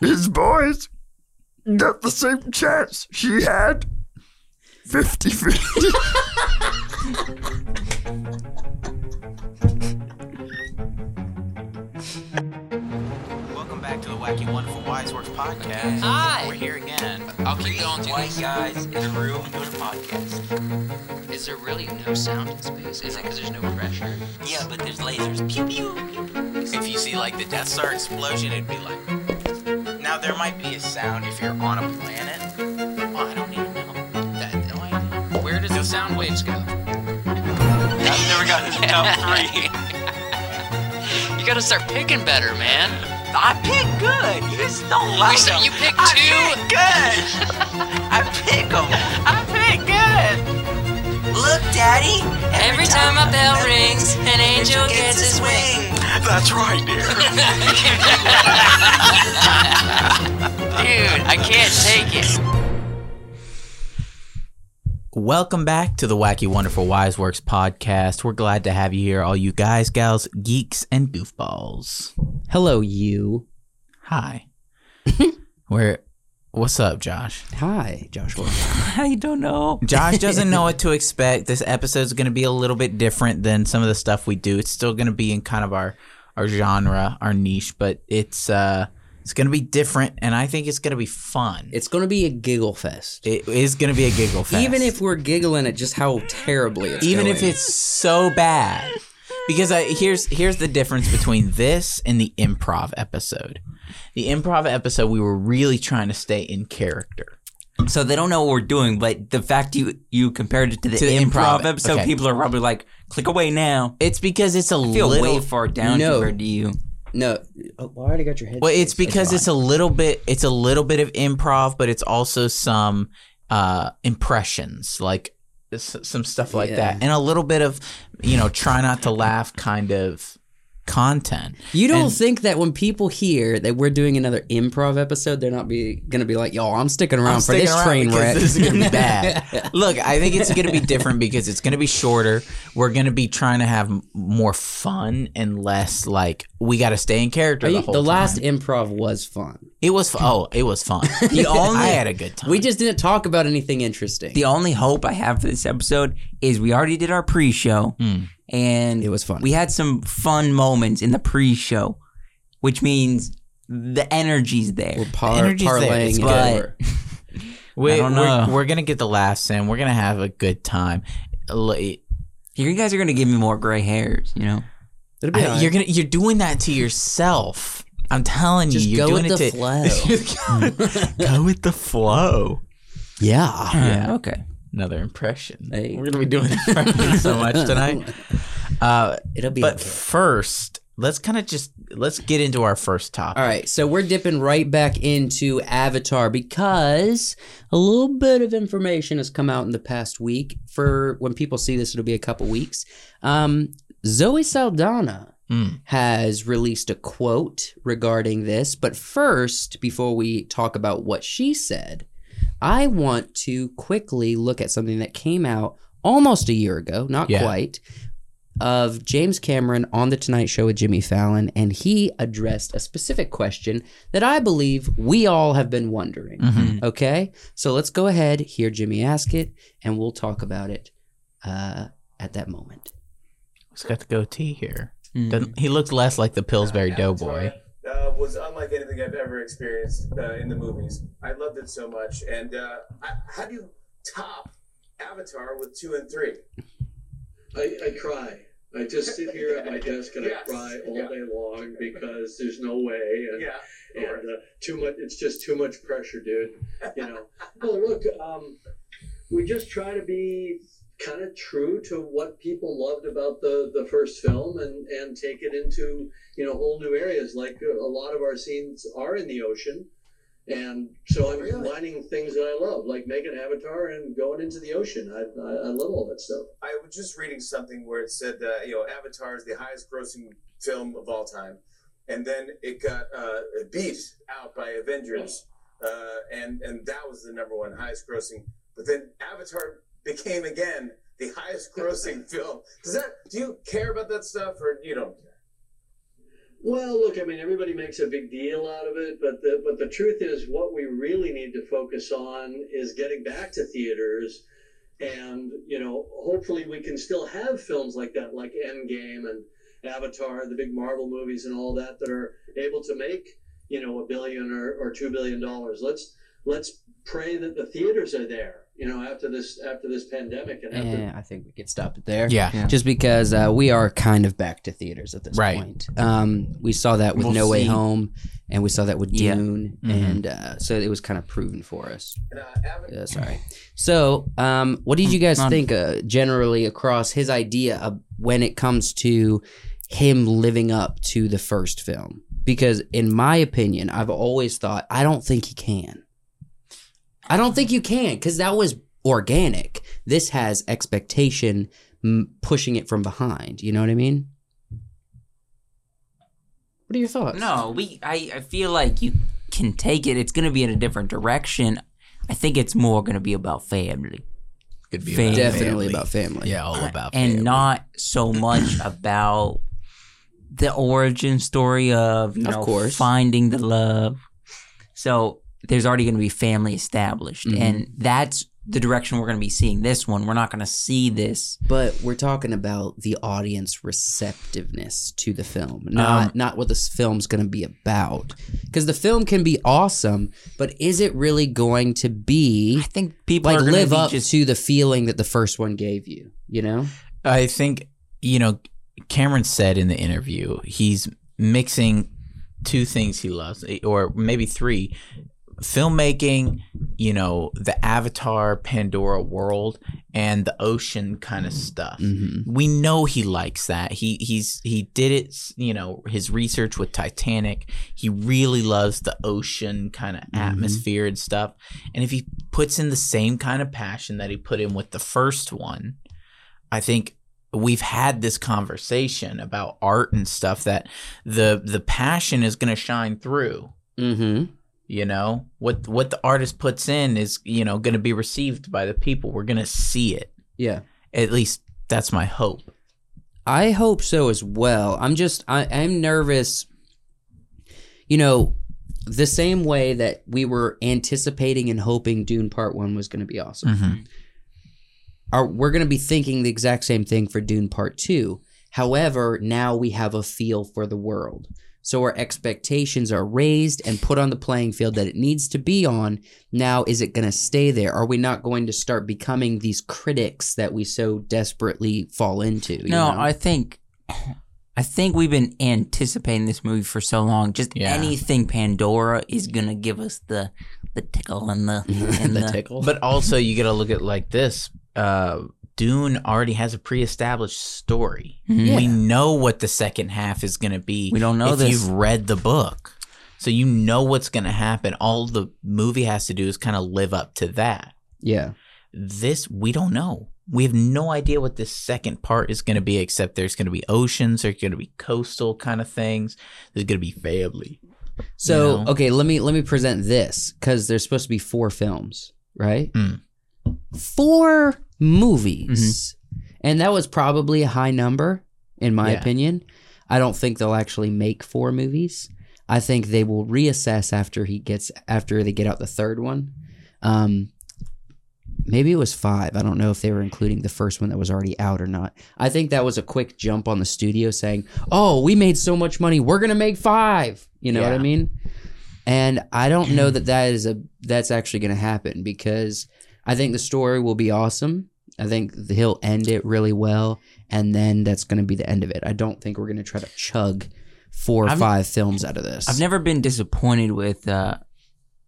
His boys got the same chance she had. 50 50. Welcome back to the Wacky Wonderful Wise Works podcast. Hi. We're here again. I'll keep going. Dude. White guys in the room doing a podcast. Is there really no sound in space? Is it because there's no pressure? Yeah, but there's lasers. Pew pew. pew, pew. If you see like the Death Star explosion, it'd be like. Now there might be a sound if you're on a planet. Well, I don't even know. That, no idea. Where does the sound waves go? I've never gotten to top three. You gotta start picking better, man. I pick good. You just don't like You said them. you picked I two. pick good. I pick them. I pick good. Look, Daddy. Every time a bell rings, an angel gets his wings. That's right, dear. Dude, I can't take it. Welcome back to the Wacky Wonderful Wise Works podcast. We're glad to have you here, all you guys, gals, geeks, and goofballs. Hello, you. Hi. We're what's up, Josh? Hi, Joshua. I don't know. Josh doesn't know what to expect. This episode's going to be a little bit different than some of the stuff we do. It's still going to be in kind of our our genre, our niche, but it's uh it's going to be different and I think it's going to be fun. It's going to be a giggle fest. it is going to be a giggle fest. Even if we're giggling at just how terribly it's even if going. it's so bad. Because I, here's here's the difference between this and the improv episode. The improv episode we were really trying to stay in character. So they don't know what we're doing, but the fact you you compared it to the, To the improv, improv, episode, okay. people are probably like, "Click away now." It's because it's a I feel little way far down No. compared to you. no, oh, well, I already got your head. Well, it's because it's a little bit it's a little bit of improv, but it's also some uh impressions, like s- some stuff like Yeah. that, and a little bit of you know try not to laugh kind of content. you don't and- think that when people hear that we're doing another improv episode, they're not be going to be like, "Yo, I'm sticking around I'm for this sticking around train because wreck." This is gonna be bad. Look, I think it's gonna be different because it's gonna be shorter. We're gonna be trying to have m- more fun and less like we got to stay in character. Are the you- whole the last time. improv was fun. it was fu- oh, it was fun. The only- I had a good time. We just didn't talk about anything interesting. The only hope I have for this episode is we already did our pre-show, Mm. and Hmm. It was fun. We had some fun moments in the pre-show, which means the energy's there. we're par- energy's there. It's parlaying it good. over. We, I don't know. We're, we're gonna get the laughs in. We're gonna have a good time. L- eh, I- You guys are gonna give me more gray hairs, you know. It'll be all right. You're gonna you're doing that to yourself. I'm telling Just you, you're go doing with it the to flow. go with the flow. yeah. Yeah. Okay. Another impression. Hey. We're gonna be doing impressions so much tonight. Uh, It'll be but okay. first, let's kind of just let's get into our first topic. All right, so we're dipping right back into Avatar because a little bit of information has come out in the past week. For when people see this, it'll be a couple weeks. Um, Zoe Saldana Mm. has released a quote regarding this. But first, before we talk about what she said, I want to quickly look at something that came out almost a year ago, not Yeah. quite, of James Cameron on The Tonight Show with Jimmy Fallon. And he addressed a specific question that I believe we all have been wondering. Mhm. Okay? So let's go ahead, hear Jimmy ask it, and we'll talk about it uh, at that moment. He's got the goatee here. Mm. Doesn't, Mm-hmm. he looks less like the Pillsbury Doughboy. Uh, was unlike anything I've ever experienced uh, in the movies. I loved it so much. And uh, I, how do you top Avatar with two and three? I, I cry. I just sit here at my desk and Yes. I cry all Yeah. day long because there's no way and, Yeah. and uh, too much. It's just too much pressure, dude. You know. oh, look, um, we just try to be kind of true to what people loved about the the first film and and take it into you know whole new areas. Like uh, a lot of our scenes are in the ocean. And so I'm combining things that I love, like making Avatar and going into the ocean. I, I, I love all that stuff. I was just reading something where it said that you know Avatar is the highest grossing film of all time, and then it got uh, beat out by Avengers, uh, and and that was the number one highest grossing. But then Avatar became again the highest grossing film. Does that do you care about that stuff or you don't? Well, look, I mean, everybody makes a big deal out of it, but the but the truth is, what we really need to focus on is getting back to theaters, and you know, hopefully, we can still have films like that, like Endgame and Avatar, the big Marvel movies, and all that, that are able to make you know a billion or, or two billion dollars. Let's let's pray that the theaters are there, you know, after this after this pandemic and after Eh, I think we could stop it there. Yeah. Yeah. Just because uh, we are kind of back to theaters at this Right. point. Um, we saw that with We'll No Way see. Home, and we saw that with Yeah. Mm-hmm. Dune, Mhm. and uh, so it was kind of proven for us. And, uh, Avatar, Yeah, sorry. So, um, what did you guys None. think uh, generally across his idea of when it comes to him living up to the first film? Because, in my opinion, I've always thought I don't think he can. I don't think you can because that was organic. This has expectation m- pushing it from behind. You know what I mean? What are your thoughts? No, we. I, I feel like you can take it. It's going to be in a different direction. I think it's more going to be about family Could be Family. definitely about family. Yeah, all about and family. not so much about the origin story of you Of know course. finding the love. So there's already going to be family established, Mhm. and that's the direction we're going to be seeing this one. We're not going to see this. But we're talking about the audience receptiveness to the film, not Um, not what this film's going to be about. Because the film can be awesome, but is it really going to be I think people like are going to live be up just to the feeling that the first one gave you? You know, I think you know Cameron said in the interview he's mixing two things he loves eh, or maybe three filmmaking you know the avatar pandora world and the ocean kind of stuff mm-hmm. we know he likes that he he's he did it you know his research with titanic he really loves the ocean kind of atmosphere and stuff and if he puts in the same kind of passion that he put in with the first one i think we've had this conversation about art and stuff that the the passion is going to shine through Mm-hmm. you know what what the artist puts in is you know going to be received by the people we're going to see it yeah. at least that's my hope I hope so as well. I'm just I, I'm nervous. You know, the same way that we were anticipating and hoping Dune Part One was going to be awesome. are we're going to be thinking the exact same thing for Dune Part 2. However, now we have a feel for the world. So our expectations are raised and put on the playing field that it needs to be on. Now is it going to stay there? Are we not going to start becoming these critics that we so desperately fall into? you No, know? I think I think we've been anticipating this movie for so long. Just Yeah. anything Pandora is gonna give us the the tickle and the and the, tickle. But also, you got to look at it like this. Uh, Dune already has a pre-established story. Mhm. We know what the second half is going to be. We don't know if this. you've read the book, so you know what's going to happen. All the movie has to do is kind of live up to that. yeah. This we don't know. We have no idea what this second part is going to be, except there's going to be oceans, there's going to be coastal kind of things, there's going to be family. So, You know? okay, let me let me present this cuz there's supposed to be four films, right? Mm. Four movies. And that was probably a high number in my Mm-hmm. Yeah. opinion. I don't think they'll actually make four movies. I think they will reassess after he gets after they get out the third one. Um Maybe it was five. I don't know if they were including the first one that was already out or not. I think that was a quick jump on the studio saying, "Oh, we made so much money, we're gonna make five. You know what I Yeah. mean? And I don't know that that is a that's actually gonna happen because I think the story will be awesome. I think th- he'll end it really well, and then that's gonna be the end of it. I don't think we're gonna try to chug 4 or I've- five films out of this. I've never been disappointed with uh,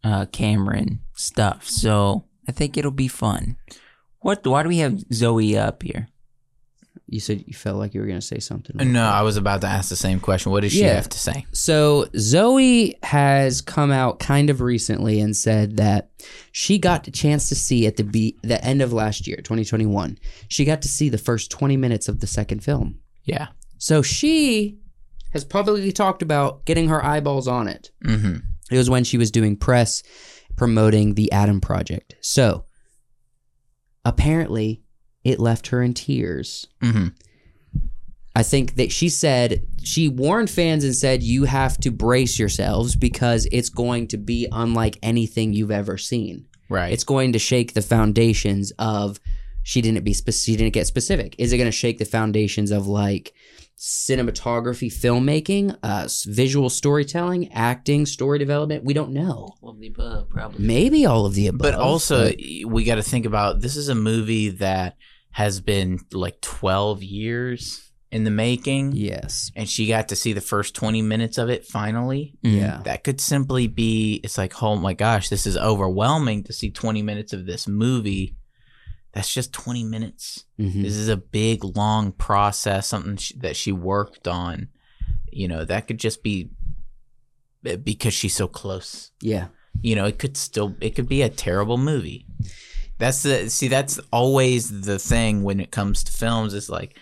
uh, Cameron stuff, so I think it'll be fun. What? Why do we have Zoe up here? you said you felt like you were gonna say something. No, I was about to ask the same question. What does she Yeah. have to say? So Zoe has come out kind of recently and said that she got the chance to see at the be- the end of last year, 2021. She got to see the first 20 minutes of the second film. Yeah. So she has publicly talked about getting her eyeballs on it. Mm-hmm. It was when she was doing press promoting the Adam Project. So apparently, it left her in tears. Mm-hmm. I think that she said she warned fans and said you have to brace yourselves because it's going to be unlike anything you've ever seen. Right. It's going to shake the foundations of she didn't be spec- she didn't get specific. Is it going to shake the foundations of like cinematography, filmmaking, uh, s- visual storytelling, acting, story development? We don't know. Well, the above, probably. Maybe all of the above. but also e, but- we got to think about this is a movie that has been like 12 years in the making yes, and she got to see the first 20 minutes of it finally Mm. yeah, that could simply be it's like oh my gosh this is overwhelming to see 20 minutes of this movie that's just 20 minutes Mhm. this is a big long process something sh that she worked on you know that could just be eh, because she's so close yeah. you know it could still it could be a terrible movie that's the see that's always the thing when it comes to films is like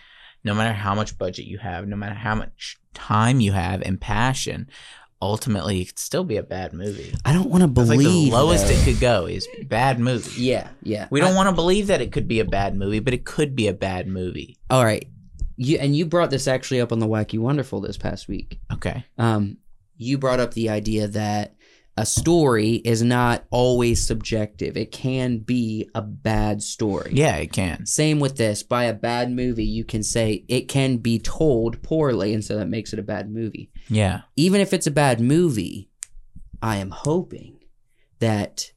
no matter how much budget you have no matter how much time you have and passion ultimately it could still be a bad movie I don't want to it's believe like the lowest though. it could go is bad movie Yeah, yeah. we don't want to believe that it could be a bad movie but it could be a bad movie All right. You and you brought this actually up on the Wacky Wonderful this past week. okay Um, you brought up the idea that a story is not always subjective. It can be a bad story. yeah it can Same with this. By a bad movie, you can say it can be told poorly, and so that makes it a bad movie. yeah Even if it's a bad movie, I am hoping that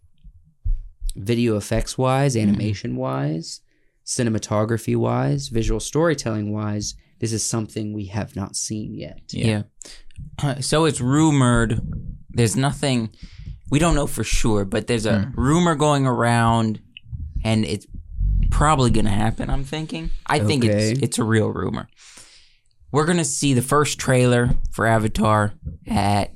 video effects wise, Mm-hmm. animation wise, cinematography wise, visual storytelling wise, this is something we have not seen yet. Yeah. So it's rumored. There's nothing. We don't know for sure, but there's a Hmm. rumor going around, and it's probably going to happen. I'm thinking. I think it's Okay. it's a real rumor. We're going to see the first trailer for Avatar at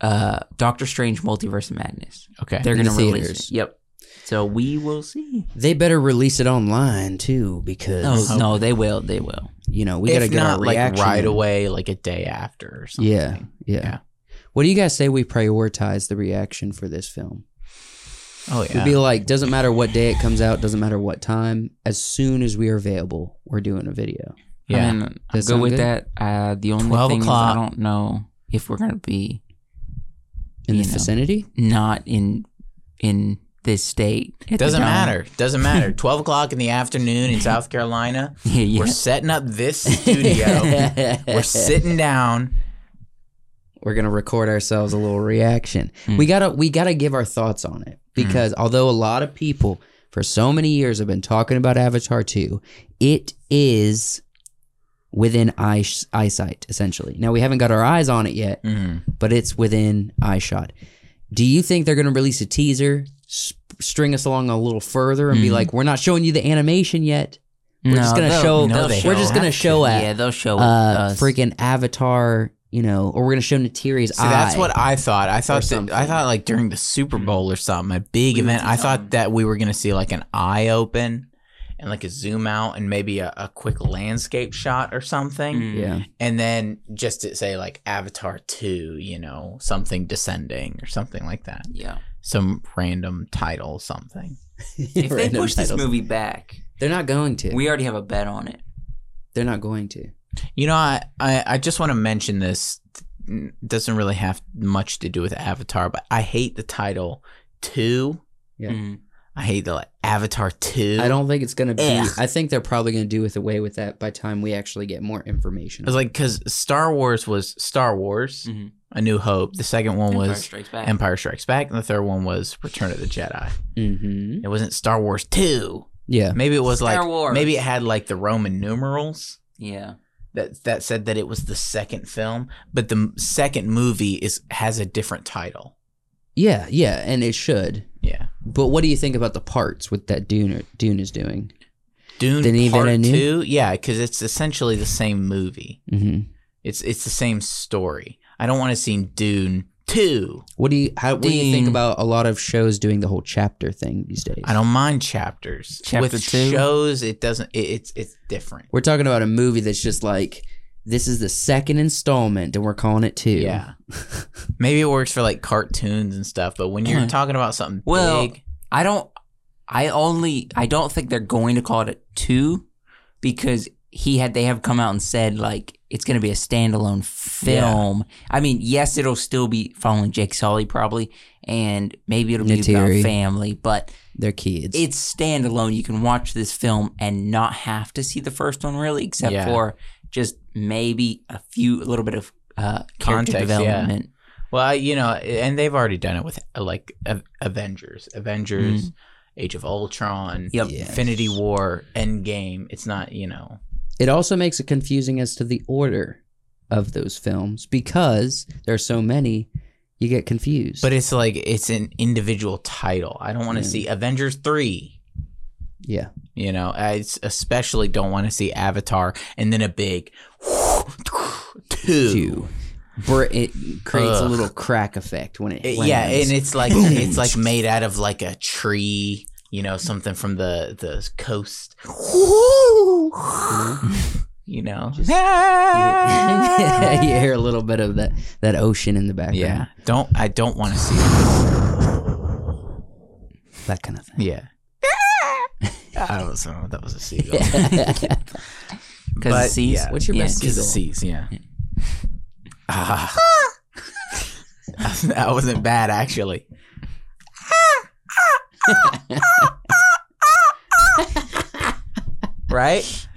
uh, Doctor Strange Multiverse of Madness. okay They're In going to the release. theaters. It. Yep. So we will see. They better release it online too, because Oh no, they will. They will. you know we If got to get not our reaction like right in. away like a day after or something Yeah, yeah, Yeah. What do you guys say we prioritize the reaction for this film? oh It'd yeah be like doesn't matter what day it comes out, doesn't matter what time. As soon as we are available, we're doing a video. yeah I mean, I'm Does good sound with good? that. Uh, the only 12 thing o'clock. is I don't know if we're gonna be in you the know. vicinity. not in in this state. at the Doesn't time. matter. Doesn't matter. Twelve o'clock in the afternoon in South Carolina. Yeah, yeah. We're setting up this studio. We're sitting down. We're gonna record ourselves a little reaction. Hmm. We gotta we gotta give our thoughts on it because although a lot of people for so many years have been talking about Avatar two, it is within eye, eyesight essentially. Now we haven't got our eyes on it yet, but it's within eyeshot. Do you think they're gonna release a teaser, s- string us along a little further, and be like, "We're not showing you the animation yet. We're just Hmm. No, gonna they'll- show. no, we're they just don't gonna have show to. at Yeah, they'll Oh, show uh, us. freaking Avatar, you know, or we're gonna show Natiri's So eye. that's what I thought. I thought that, I something. thought like during the Super Bowl or something, a big event. I thought that we were gonna see like an eye open and like a zoom out and maybe a, a quick landscape shot or something. Mm. Yeah, And then just to say like Avatar two, you know, something descending or something like that. Yeah. Some random title, something. If they push this movie back, they're not going to. we already have a bet on it. they're not going to. You know, I, I, I just want to mention this. N- Doesn't really have much to do with Avatar, but I hate the title two. Yeah. Mm. I hate the like, Avatar two. I don't think it's gonna be. Ugh. I think they're probably gonna do with away with that by time we actually get more information. It's like because Star Wars was Star Wars, Mhm. A New Hope. The second one Empire was Strikes Back. Empire Strikes Back, and the third one was Return of the Jedi. hmm It wasn't Star Wars two. Yeah, Maybe it was Star like Wars. maybe it had like the Roman numerals. Yeah. That, that said that it was the second film, but the m- second movie is has a different title. yeah, yeah, and it should. Yeah. But what do you think about the parts with that Dune Dune is doing? Dune Than either Part I knew? Two. Yeah, because it's essentially the same movie. Mm-hmm. It's it's the same story. I don't want to see Dune Two. What do you how, what do you think Dune. about a lot of shows doing the whole chapter thing these days? I don't mind chapters. Chapter With two? shows, it doesn't. It, it's it's different. We're talking about a movie that's just like this is the second installment, and we're calling it two. Yeah. Maybe it works for like cartoons and stuff, but when you're talking about something Well, big, I don't. I only. I don't think they're going to call it a two, because he had they have come out and said like it's going to be a standalone film. I mean, yes, it'll still be following Jake Sully probably, and maybe it'll be Natiri. about family, but They're kids. it's standalone. You can watch this film and not have to see the first one really, except Yeah. for just maybe a few, a little bit of uh, character Context, yeah. development. Well, I- you know, and they've already done it with uh, like A- Avengers, Hmm. Avengers, Age of Ultron, Yep. Yes. Infinity War, Endgame. It's not, you know, it also makes it confusing as to the order of those films because there are so many, you get confused. but it's like it's an individual title. I don't want to Yeah. see Avengers three. yeah, You know, I s- especially don't want to see Avatar and then a big two. two. Br- it creates a Ugh. little crack effect when it. It- yeah, lands. and it's like it's like made out of like a tree. You know, something from the the coast. you know, you hear a little bit of that that ocean in the background. Yeah. Don't I don't want to see it. that kind of thing. Yeah. I don't know. That was a seagull. Because yeah. What's your Yeah, best Because it seagull? sees, yeah. Ah. that wasn't bad actually. right?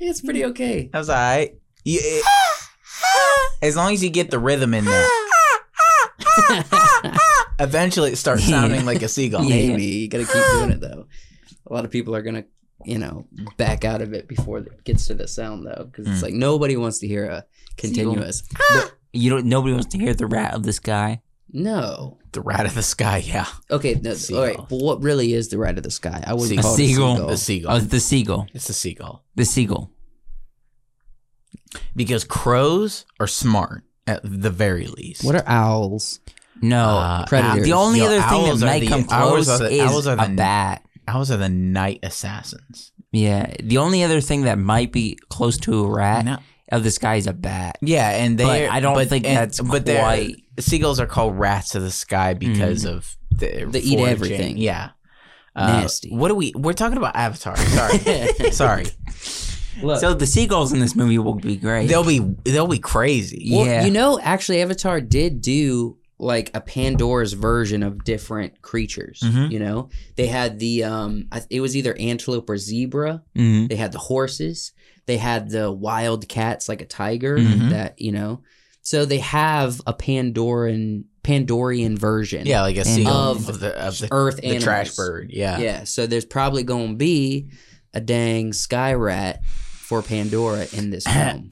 It's pretty okay. That was all right. You- it- as long as you get the rhythm in there. Eventually it starts sounding like a seagull. Maybe you gotta keep doing it though. A lot of people are gonna, you know, back out of it before it gets to the sound though, because it's like nobody wants to hear a continuous. you don't. Nobody wants to hear the rat of the sky. No. The rat of the sky, yeah. Okay. No, Seagull. all right. But what really is the right of the sky? I wouldn't Seagull. call it The Seagull. a seagull. seagull. Oh, the seagull. it's a seagull. The seagull. because crows are smart at the very least. What are owls? No, Uh, predators. The only Yo, other thing owls that are might the- come owls close are the- is owls are a the- bat. owls are the night assassins? Yeah, the only other thing that might be close to a rat No. of the sky is a bat. Yeah, and they. But I don't think that's they're- quite- seagulls are called rats of the sky because of the, They eat foraging. everything. Yeah, Nasty. Uh, What do we? We're talking about Avatar. Sorry, sorry. Look. So the seagulls in this movie will be great. They'll be they'll be crazy. Yeah. Well, you know, actually, Avatar did do like a Pandora's version of different creatures. Mhm. You know, they had the um, I- it was either antelope or zebra. Mhm. They had the horses. They had the wild cats, like a tiger. Mhm. That you know, so they have a Pandoran Pandorian version. Yeah, like a seagull of of, the of the, Earth the animals. trash bird. Yeah. Yeah, so there's probably going to be a dang sky rat for Pandora in this film.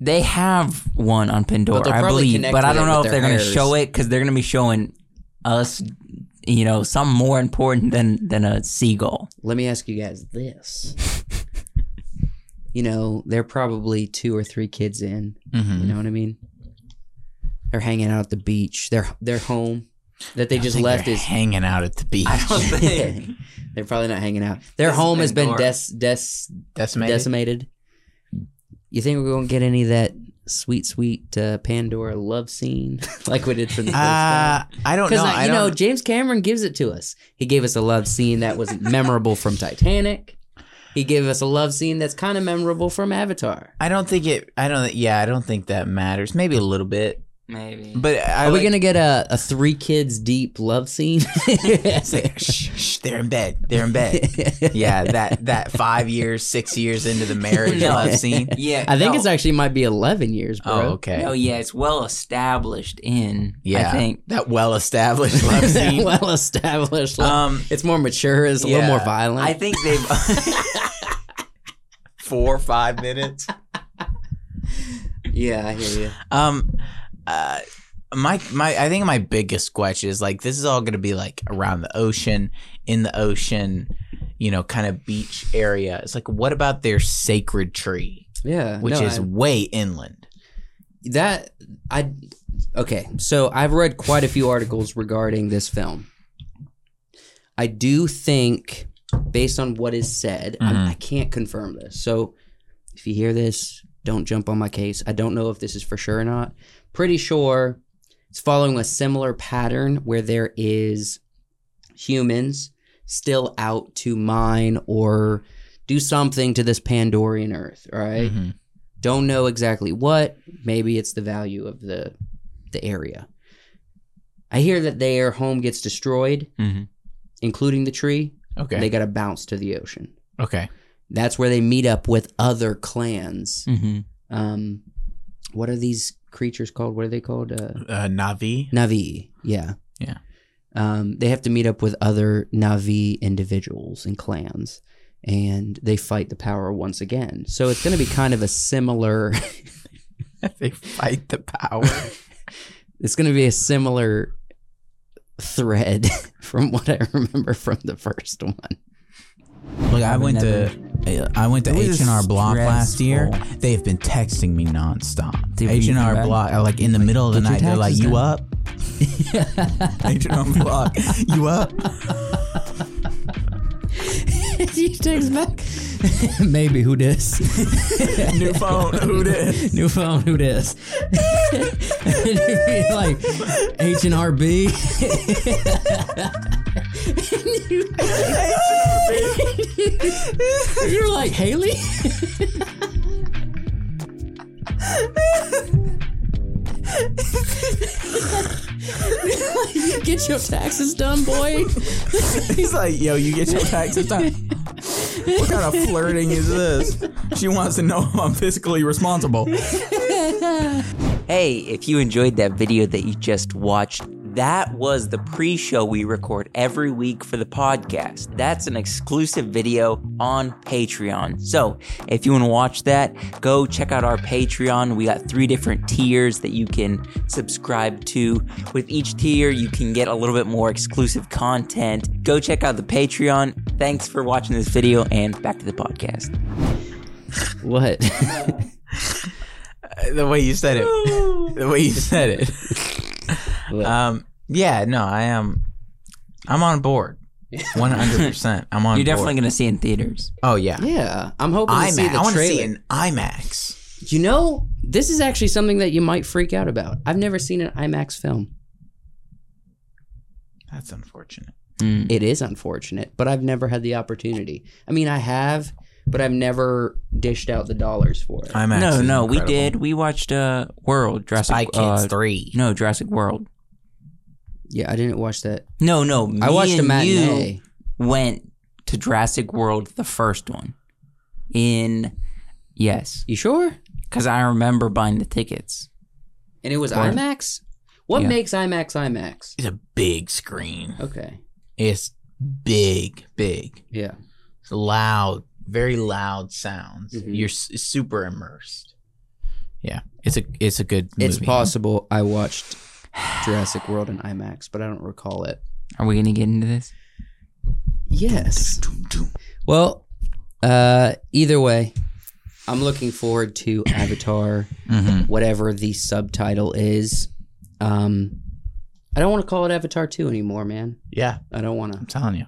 They have one on Pandora, they'll I probably believe, connect but I to don't it know with if their they're going to hairs. show it because they're going to be showing us, you know, some more important than than a seagull. Let me ask you guys this. you know, they're probably two or three kids in. You Mhm. know what I mean? They're hanging out at the beach. They're they're home that they I just think left they're is. hanging out at the beach. they're probably not hanging out. Their This is home has been Pandora. des- des- Decimated. decimated. You think we're gonna get any of that sweet, sweet uh, Pandora love scene like we did from the first time? Uh, I don't Because know. like, I you don't, know, James Cameron gives it to us. He gave us a love scene that was memorable from Titanic. He gave us a love scene that's kind of memorable from Avatar. I don't think it. I don't. Yeah, I don't think that matters. Maybe a little bit, Maybe. But but I Are we like- gonna get a, a three kids deep love scene? It's like, shh, shh, they're in bed. They're in bed. yeah, that that five years, six years into the marriage No. love scene. yeah, I think no. it's actually might be eleven years, bro. Oh, okay. No, yeah, it's well established in. Yeah. I think That well established love scene. well established. love- um, it's more mature. It's a little yeah. more violent. I think they've. four five minutes. yeah, I hear you. Um, uh, my my, I think my biggest question is like this is all gonna be like around the ocean, in the ocean, you know, kind of beach area. It's like, what about their sacred tree, Yeah, which no, is I- way inland? that I okay. So I've read quite a few articles regarding this film. I do think, based on what is said, I'm- Mhm. I can't confirm this. So if you hear this, don't jump on my case. I don't know if this is for sure or not. Pretty sure it's following a similar pattern where there is humans still out to mine or do something to this Pandorian Earth. All right? Mhm. don't know exactly what. Maybe it's the value of the the area. I hear that their home gets destroyed, Mhm. including the tree. Mm-hmm. Okay. They got to bounce to the ocean. okay. That's where they meet up with other clans. Mm-hmm. Um, what are these creatures called? What are they called? Uh, Uh, Navi. Navi. Yeah. Yeah. Um, they have to meet up with other Navi individuals and clans, and they fight the power once again. So it's going to be kind of a similar. they fight the power. it's going to be a similar thread from what I remember from the first one. Look, I went never- to I went to It H was and R Block last year. stressful. They have been texting me nonstop. Did we H and come R back? Block, uh, like in the middle of the "Did your night, they're like, taxes "You done?" up?" H and R Block, you up? he takes back. Maybe who dis? New phone, who did? New phone, who dis? like H and R B. You're like Haley. Get your taxes done, boy. He's like, "Yo, you get your taxes done." What kind of flirting is this? She wants to know if I'm fiscally responsible. Hey, if you enjoyed that video that you just watched, that was the pre show we record every week for the podcast. That's an exclusive video on Patreon. So if you want to watch that, go check out our Patreon. We got three different tiers that you can subscribe to. With each tier, you can get a little bit more exclusive content. Go check out the Patreon. Thanks for watching this video and back to the podcast. What? The way you said it. The way you said it. Look. Um. Yeah. No. I am. I'm on board. One hundred percent. I'm on. You're definitely Board. going to see it in theaters. Oh yeah. yeah, I'm hoping to see IMAX. the I want to see trailer. an IMAX. You know, this is actually something that you might freak out about. I've never seen an IMAX film. That's unfortunate. Hmm. It is unfortunate, but I've never had the opportunity. I mean, I have, but I've never dished out the dollars for it. IMAX. No, is no, we incredible. did. We watched uh, World Jurassic Spy uh, Kids three. No, Jurassic World. yeah, I didn't watch that. No, no. I me watched a and matinee. You went to Jurassic World, the first one. In yes, You, sure? because I remember buying the tickets. And it was Or- IMAX? What Yeah. makes IMAX IMAX? It's a big screen. Okay. It's big, big. Yeah. It's loud, very loud sounds. Mhm. You're s- super immersed. Yeah, it's a it's a good. It's movie. possible I watched Jurassic World in IMAX, but I don't recall it. Are we gonna get into this? Yes. Well, uh, either way, I'm looking forward to Avatar, Mhm. whatever the subtitle is. Um, I don't want to call it Avatar 2 anymore, man. Yeah, I don't want to. I'm telling you.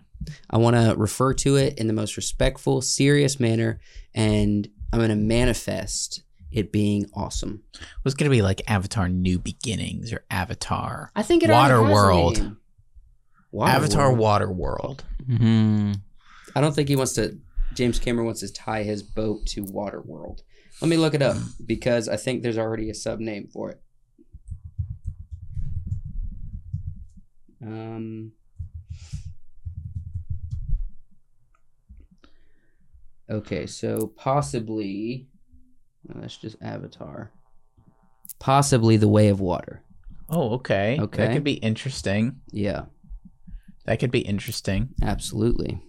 I want to refer to it in the most respectful, serious manner, and I'm going to manifest it being awesome. It's gonna be like Avatar: New Beginnings or Avatar I think it Waterworld. Waterworld. Avatar Waterworld. Water World. Mm-hmm. hmm I don't think he wants to. James Cameron wants to tie his boat to Waterworld. Let me look it up because I think there's already a sub name for it. Um. Okay, so possibly. No, that's just Avatar. Possibly the Way of Water. Oh, okay. Okay. That could be interesting. Yeah. That could be interesting. Mm-hmm. Absolutely.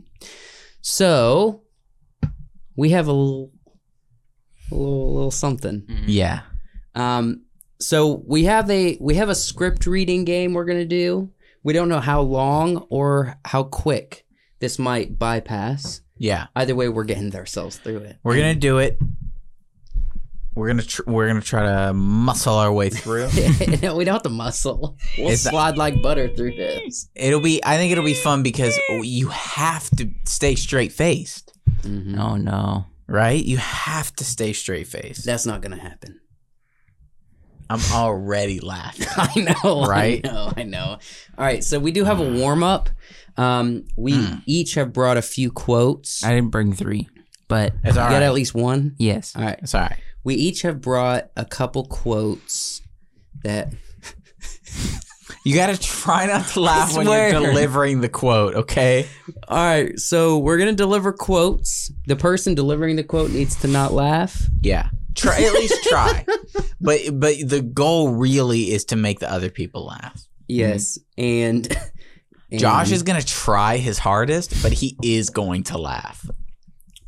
So we have a little, a little, little something. Yeah. Um, so we have a we have a script reading game we're gonna do. We don't know how long or how quick this might bypass. Yeah. Either way, we're getting ourselves through it. We're gonna do it. We're gonna tr- we're gonna try to muscle our way through. no, we don't have to muscle. We'll It's- slide like butter through this. it'll be. I think it'll be fun because you have to stay straight faced, Mm-hmm. Oh no. right? You have to stay straight faced. That's not gonna happen. I'm already laughing. I know, Right? Mm. I know, I know. All right, so we do have a warm up. Um, we each have brought a few quotes. I didn't bring three. But It's all You got at right. least one? yes, All right. It's all right. We each have brought a couple quotes that You got to try not to laugh when swear. you're delivering the quote, okay? All right, so we're gonna deliver quotes. The person delivering the quote needs to not laugh. Yeah. Try at least try. But but the goal really is to make the other people laugh. Yes, and, and- Mm-hmm. Josh is going to try his hardest, but he is going to laugh.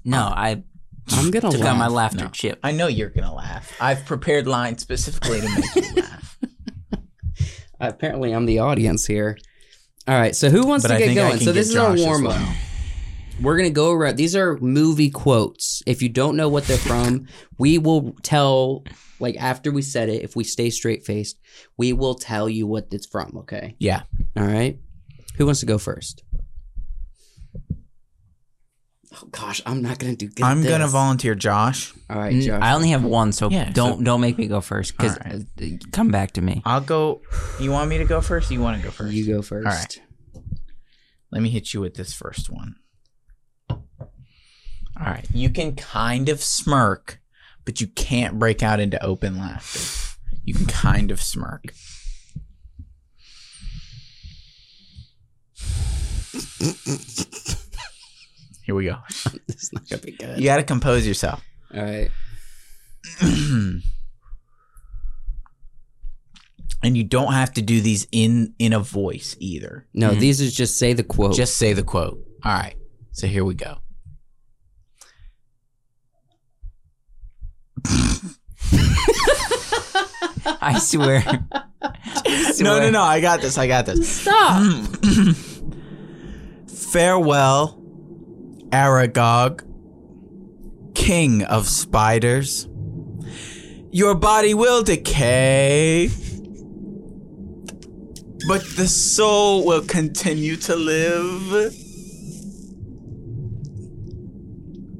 no, I Ah. I'm gonna took out my laugh. laughter No. chip. I know you're going to laugh. I've prepared lines specifically to make you laugh. Apparently, I'm the audience here. All right, so who wants But to I get think I going? can So this get is our Josh as warm up. well. We're gonna go around. These are movie quotes. If you don't know what they're from, we will tell. Like after we said it, if we stay straight faced, we will tell you what it's from. Okay. Yeah. All right. Who wants to go first? Oh gosh, I'm not gonna do good. at I'm Mm, going to this. volunteer Josh. All right, N- Josh. I only have one, so Yeah, don't so- don't make me go first because All come back to me. I'll go. You want me to go first? Or you want to go first? You go first. right. Let me hit you with this first one. All right. You can kind of smirk, but you can't break out into open laughter. You can kind of smirk. Here we go. This is not gonna be good. You got to compose yourself. All right. and you don't have to do these in in a voice either. No, Mhm. these is just say the quote. Mm. Just say the quote. All right. So here we go. I swear. I No, swear. no, no. I got this. I got this. stop. Farewell, Aragog, King of Spiders. Your body will decay, but the soul will continue to live.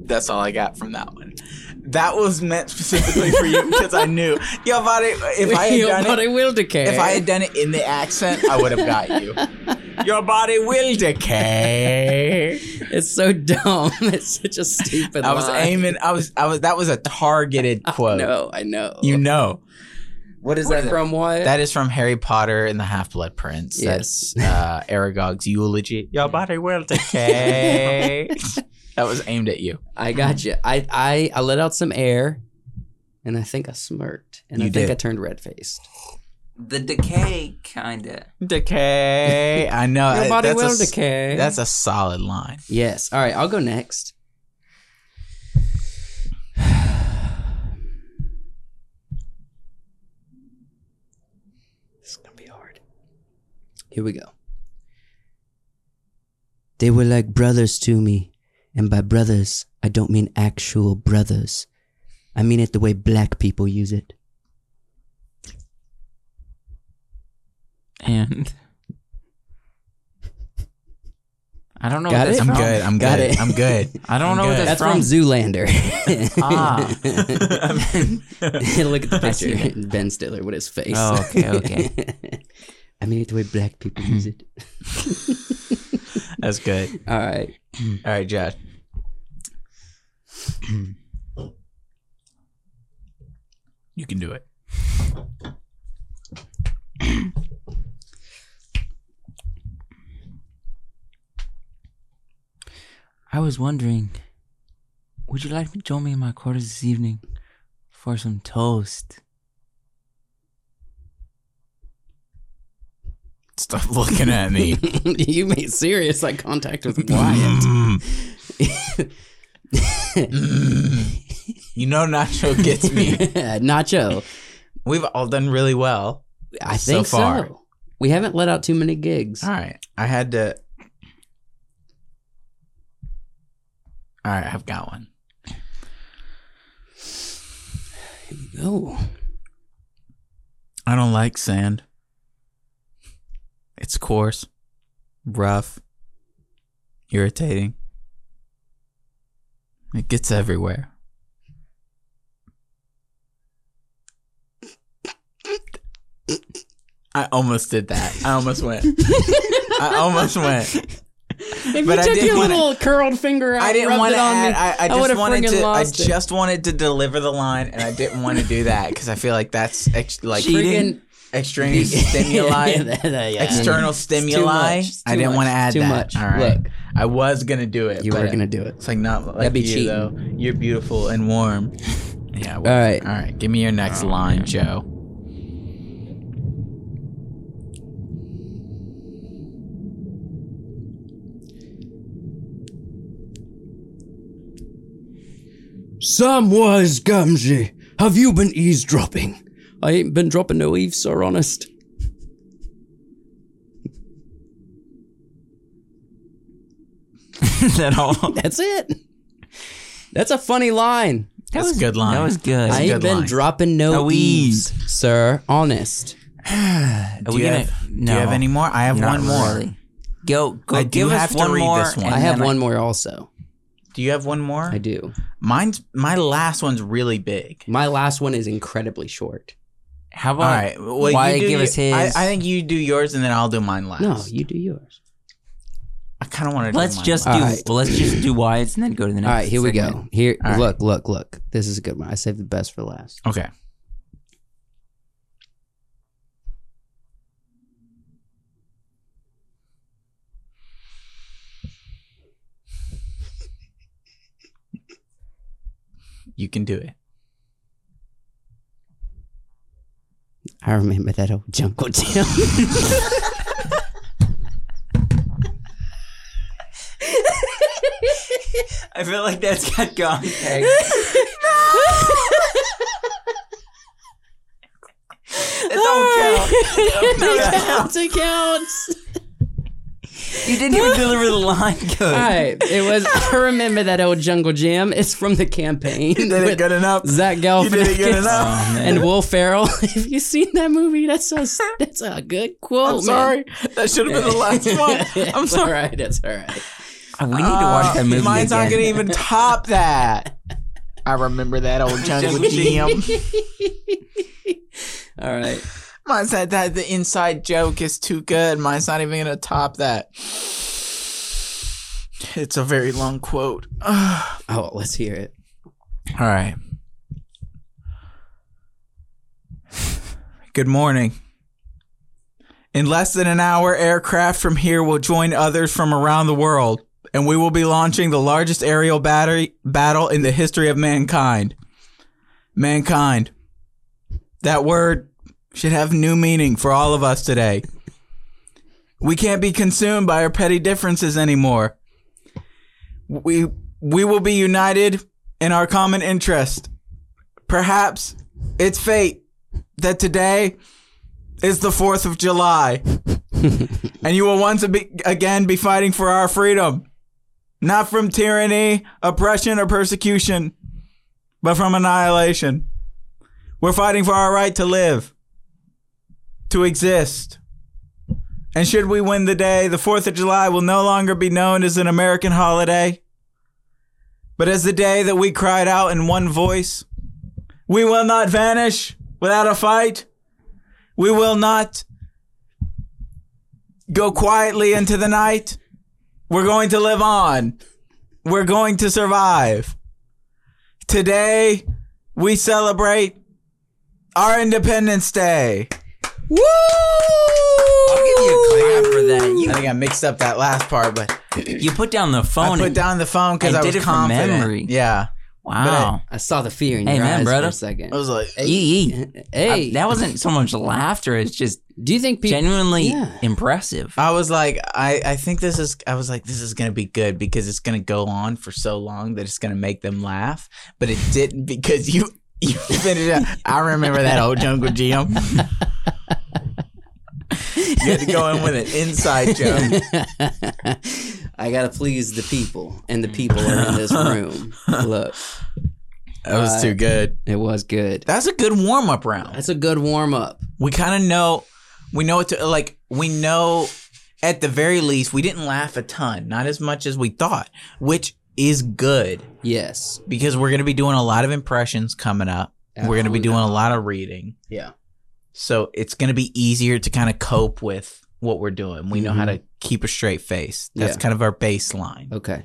That's all I got from that one. That was meant specifically for you because I knew your body. If I had Your done it, body will decay. if I had done it in the accent, I would have got you. Your body will decay. it's so dumb. It's such a stupid. I was line. aiming. I was. I was. That was a targeted quote. No, I know. You know what is what that is it? from? What? that is from Harry Potter and the Half Blood Prince. yes. That's uh, Aragog's eulogy. Your body will decay. that was aimed at you. I got you. I, I I let out some air, and I think I smirked, and I You think did. I turned red faced. The decay kinda. Decay. I know. Your I- body Uh, that's a will s- decay. That's a solid line. yes. All right, I'll go next. this is gonna be hard. Here we go. They were like brothers to me, and by brothers, I don't mean actual brothers. I mean it the way black people use it. And I don't know Got what that's it? I'm from. good. I'm Got good. it. I'm good. I don't know I'm what good. that's, That's from Zoolander. Ah. Look at the I see picture. Ben Stiller with his face. Oh, okay, okay. I mean, it's the way black people use it. That's good. All right. All right, Josh. you can do it. I was wondering, would you like to join me in my quarters this evening for some toast? Stop looking at me. you made serious eye contact with Wyatt. you know Nacho gets me. Nacho. We've all done really well. I So think so, far. We haven't let out too many gigs. All right. I had to All right, I've got one. Oh, I don't like sand. It's coarse, rough, irritating. It gets everywhere. I almost did that. I almost went. I almost went. If But I you took did your wanna- little curled finger out, I didn't want want to add. I, I just would've wanted friggin' to. I lost it. just wanted to deliver the line, and I didn't want to do that because I feel like that's ex- like Friggin- extraneous stimuli, Yeah, that- that- yeah. external It's too stimuli. much. It's I too didn't much. want to add Too that. much. All right, Look. I was gonna do it. You but were gonna do it. It's like not like That'd be you cheating. though. You're beautiful and warm. Yeah. All right. All right. Give me your next line, Joe. Samwise Gamgee, have you been eavesdropping? I ain't been dropping no eaves, sir, honest. that all. That's it. That's a funny line. That That's a good line. That was good. I a ain't good been line. dropping no, No eaves, sir, honest. Are Do we you gonna? have- no. Do you have any more? I have Not one more. really. Go. Go. I do give us have to one read more. Uh, this one. and I have then one more also. Do you have one more? I do. Mine's my last one's really big. My last one is incredibly short. How about? All right. Well, why you do give your- us his? I, I think you do yours, and then I'll do mine last. No, you do yours. I kind of want to. Let's do mine just do. last. All right. Well, let's just do Wyatt's and then go to the next. All right, here we go. Here, All right. look, look, look. This is a good one. I saved the best for last. Okay. You can do it. I remember that old Jungle Jim. I feel like that's got gone. it counts. It counts. You didn't even deliver the line good. All right. It was. I remember that old Jungle Jam. It's from the campaign. with enough. Zach good Galifianakis enough. and Will Ferrell. If you seen that movie, that's a that's a good quote. Oh, man. That should have been the last one. I'm It's sorry. All right. It's all right. We need to watch that movie Mine's again. not Uh, gonna even top that. I remember that old jungle gym. All right. Mine's that that the inside joke is too good. Mine's not even gonna top that. It's a very long quote. All Oh, let's hear it. right. Good morning. In less than an hour, aircraft from here will join others from around the world, and we will be launching the largest aerial battery battle in the history of mankind. Mankind. That word should have new meaning for all of us today. We can't be consumed by our petty differences anymore. We we will be united in our common interest. Perhaps it's fate that today is the 4th of July. and you will once ab- again be fighting for our freedom. Not from tyranny, oppression, or persecution, but from annihilation. We're fighting for our right to live, to exist. And should we win the day, the 4th of July will no longer be known as an American holiday, but as the day that we cried out in one voice We will not vanish without a fight. We will not go quietly into the night. We're going to live on. We're going to survive. Today, we celebrate our Independence Day. Woo! I'll give you a clap for that. I think I mixed up that last part, but You, you put down the I phone. put and- down the phone because I I, did was it from confident. memory. Yeah, Wow. I saw the fear in Hey, your man, eyes brother. for a second. I was like, Yee, yee. hey, I- that wasn't so much laughter. It's just do you think people? genuinely yeah. impressive. I was like, I, I think this is. I was like, this is gonna be good because it's gonna go on for so long that it's gonna make them laugh. But it didn't because you you finished. Up. I remember that old Jungle Jim. you had to go in with an inside joke. I gotta please the people, and the people are in this room. Look, That was too good. it was good. That's a good warm up round. That's a good warm up. we kind of know we know what to like we know at the very least we didn't laugh a ton not as much as we thought which is good Yes. because we're going to be doing a lot of impressions coming up we're going to be doing a lot of reading Yeah. so it's going to be easier to kind of cope with what we're doing. We know how to keep a straight face. That's Mm-hmm. Yeah. kind of our baseline. Okay.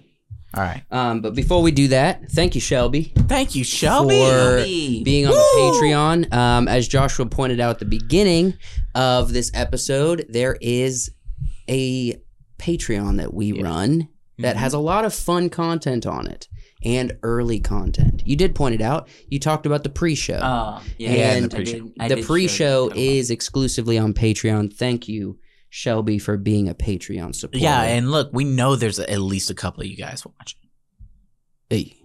All right. Um, but before we do that, thank you, Shelby. Thank you, Shelby. for Shelby. being on Woo! the Patreon. Um, as Joshua pointed out at the beginning of this episode, there is a Patreon that we run that has a lot of fun content on it and early content. You did point it out. You talked about the pre-show. Uh, yeah, Yeah, I the did- pre-show. I the did show pre-show that. is exclusively on Patreon. Thank you, Shelby, for being a Patreon supporter. Yeah, and look, we know there's at least a couple of you guys watching. Hey.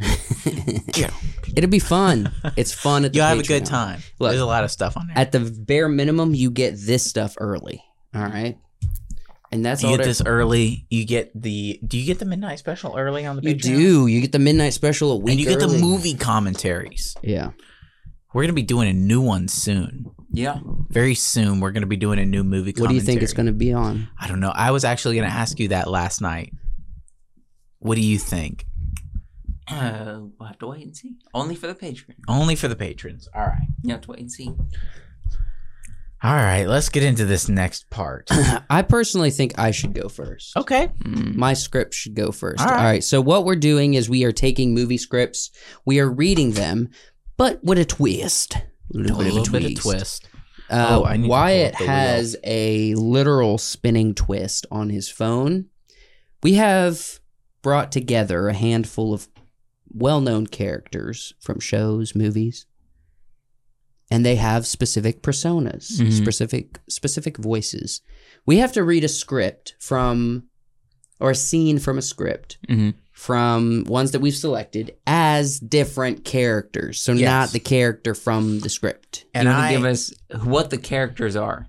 Patreon. it'll be fun. It's fun at the You'll have a Patreon. good time. Look. there's a lot of stuff on there. At the bare minimum, you get this stuff early. All right, and that's you all. get there- this early. You get the. Do you get the midnight special early on the you Patreon? do. You get the midnight special a week. And you get early. the movie commentaries. Yeah, We're gonna be doing a new one soon. Yeah. Very soon, we're gonna be doing a new movie. what do you think it's commentary. going to be on? I don't know. I was actually gonna ask you that last night. What do you think? Uh, we'll have to wait and see. Only for the Patreon. Only for the patrons. All right. You have to wait and see. All right. Let's get into this next part. I personally think I should go first. okay. My script should go first. Oh. All All right. right. So what we're doing is we are taking movie scripts, we are reading them, but with a twist. A little bit of twist. Uh, Oh, I need to Wyatt pull up the wheel. has a literal spinning twist on his phone. We have brought together a handful of well known characters from shows, movies, and they have specific personas, Mm-hmm. Mhm. specific specific voices. We have to read a script from or a scene from a script Mm-hmm. Mhm. from ones that we've selected as different characters. So not Yes. the character from the script. And And you want I, to give us what the characters are.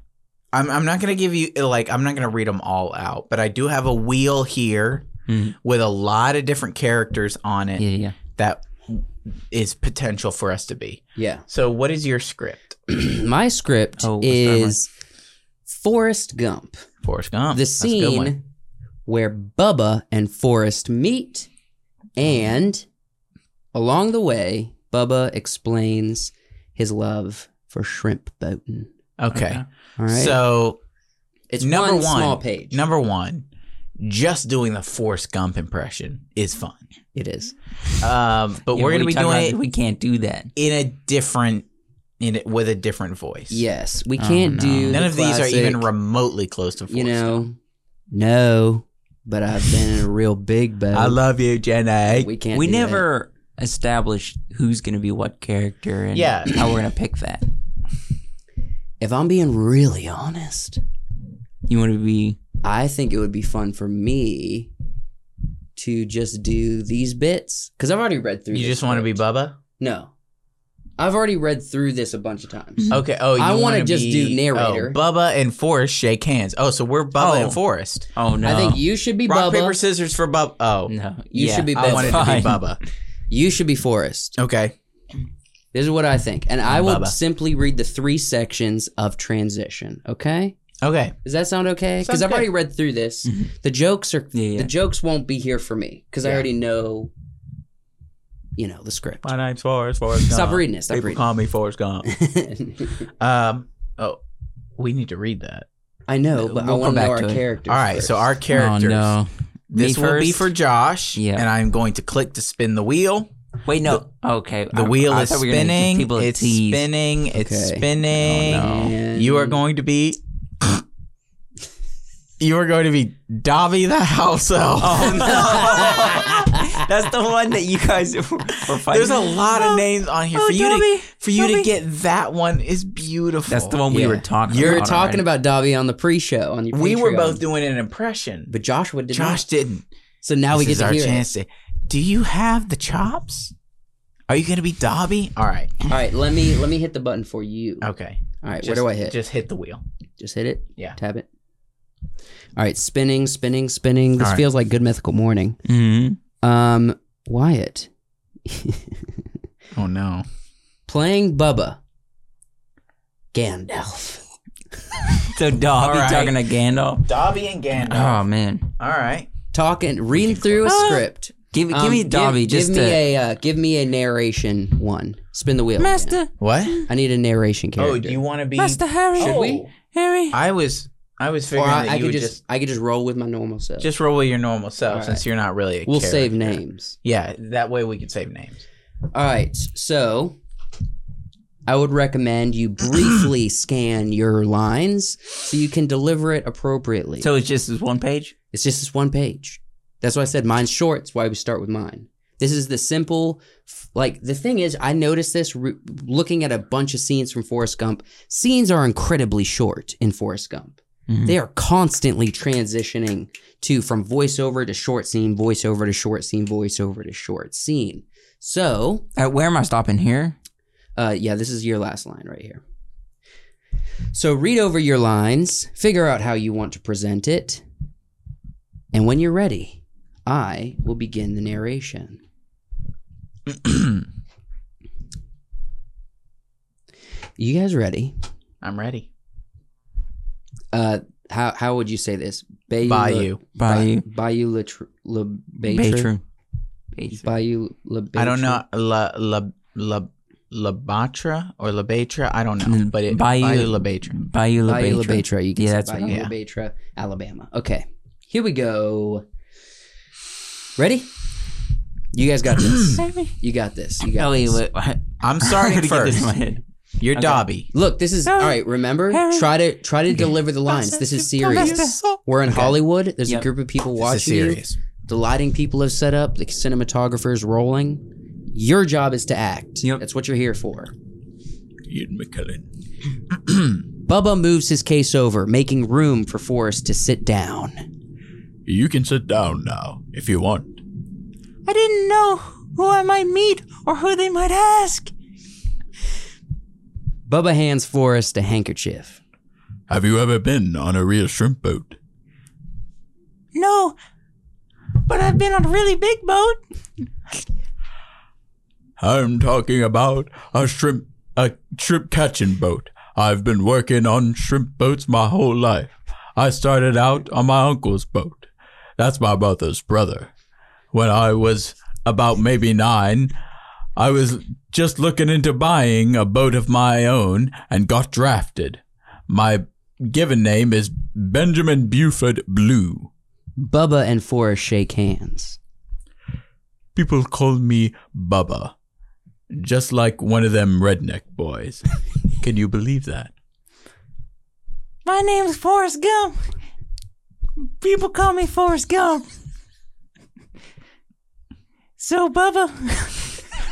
I'm, I'm not gonna give you like I'm not gonna read them all out, but I do have a wheel here Mhm. with a lot of different characters on it Yeah, that is potential for us to be. Yeah. So, what is your script, my script Oh, what's that is Forrest Gump, Forrest Gump? the That's a good one. scene where Bubba and Forrest meet, and along the way, Bubba explains his love for shrimp boating. Okay. All right, So, it's number one, one. small page. number one, just doing the Forrest Gump impression is fun. it is. Um, but Yeah, we're gonna we be talked doing about it that We can't do that. in a different, in it with a different voice. Yes, we can't no. do Oh, None the of these are even classic, remotely close to Forrest. You Gump. know, no. But I've been in a real big boat. I love you, Jenny. we can't. we do that. never established who's going to be what character and Yeah. how we're going to pick that. If I'm being really honest, You want to be I think it would be fun for me to just do these bits because I've already read through. You this just want to be script. Bubba? No, I've already read through this a bunch of times. Okay. Oh, you I wanna wanna just be- do narrator. Oh, Bubba and Forrest shake hands. Oh, so we're Bubba Oh. and Forrest. Oh no! I think you should be Rock Bubba. paper scissors for Bubba. Oh, no. you Yeah, should be I Bubba. wanted fine. to be Bubba. You should be Forrest. Okay. This is what I think, and I will Bubba. simply read the three sections of transition. Okay, Okay. does that sound okay? Sounds Because I've good. already read through this. The jokes are Yeah, yeah. the jokes won't be here for me because I Mm-hmm. Yeah. already know, you know, the script. My name's Forrest. Forrest Gump. Stop reading it. Stop People reading. call me Forrest Gump. um. Oh, we need to read that. I know, but I We'll come want to know back our to it. characters. All right. So first. our characters. Oh no! This Me will be first? for Josh. Yeah. And I'm going to click to spin the wheel. Wait, no. okay. The I- wheel I is thought we were gonna give spinning. people a It's tease. Oh, spinning. It's Okay. spinning. And- You are going to be. You are going to be Davi the house elf. Oh no! That's the one that you guys were fighting. There's a lot of names on here oh, for you Dobby, to for you to Dobby. get. That one is beautiful. That's the one we Yeah. were talking. You about were talking already. about Dobby on the pre-show on your. We were Patreon, both doing an impression, but Joshua did Josh not. didn't. So now this we get is to our hear. chance to. Do you have the chops? Are you going to be Dobby? All right. It. All right, let me let me hit the button for you. Okay. All Oh, right, Just, where do I hit? Just, Just hit the wheel. hit it. Yeah. Tap it. All right, spinning, spinning, spinning. This All right. feels like Good Mythical Morning. Mhm. Um, Wyatt Oh no. playing Bubba. Gandalf. So Dobby All right. talking to Gandalf. Dobby and Gandalf. Oh man! All right. Talking, reading through a Ah. script. Give give Um, me Dobby Give, just give to. me a uh, give me a narration one. Spin the wheel. again. Master, What? I need a narration character. Oh, do you want to be? Master Harry. Should Oh. we? Harry. I was I was Or figuring I, that I you could would just, just I could just roll with my normal self. just roll with your normal self All since you're not really. A we'll character. save names. Yeah, that way we could save names. All right, so I would recommend you briefly scan your lines so you can deliver it appropriately. So it's just this one page. It's just this one page. That's why I said mine's short. It's why we start with mine. This is the simple, f- like the thing is, I noticed this re- looking at a bunch of scenes from Forrest Gump. Scenes are incredibly short in Forrest Gump. Mhm. They are constantly transitioning to from voiceover to short scene, voiceover to short scene, voiceover to short scene. So Uh, where am I stopping here? uh, yeah, this is your last line right here. So read over your lines, figure out how you want to present it, and when you're ready, I will begin the narration. you guys ready? I'm ready. Uh, how how would you say this? Bayou, Bayou. Bayou. Bayou Le, tr- Le Baytre? Baytru. Baytru. Bayou Le I don't Baytre? know la la la labatra or labatra. I don't know, Mm, but it Bayou- labatra. Bayou La Bayou Baytru. LeBetra. You can Yeah, say that's what- Bayou yeah. LeBetra, Alabama. Okay, here we go. Ready? You guys got this. you got this. You got Oh, wait, this. wait, what? I'm I starting gotta get this first. in my head. You're Okay. Dobby. Look, this is all right. Remember, Harry. try to try to deliver the lines. This is serious. We're in Hollywood. There's Yep. a group of people This is watching you. serious. The lighting people have set up. The cinematographer's rolling. Your job is to act. Yep. That's what you're here for. Ian McKellen. Bubba moves his case over, making room for Forrest to sit down. You can sit down now if you want. I didn't know who I might meet or who they might ask. Bubba hands Forrest a handkerchief. Have you ever been on a real shrimp boat? No, but I've been on a really big boat. I'm talking about a shrimp a shrimp catching boat. I've been working on shrimp boats my whole life. I started out on my uncle's boat. That's my mother's brother. When I was about maybe 9, I was just looking into buying a boat of my own and got drafted. My given name is Benjamin Buford Blue. Bubba and Forrest shake hands. People call me Bubba, just like one of them redneck boys. Can you believe that? My name's Forrest Gump. People call me Forrest Gump. So Bubba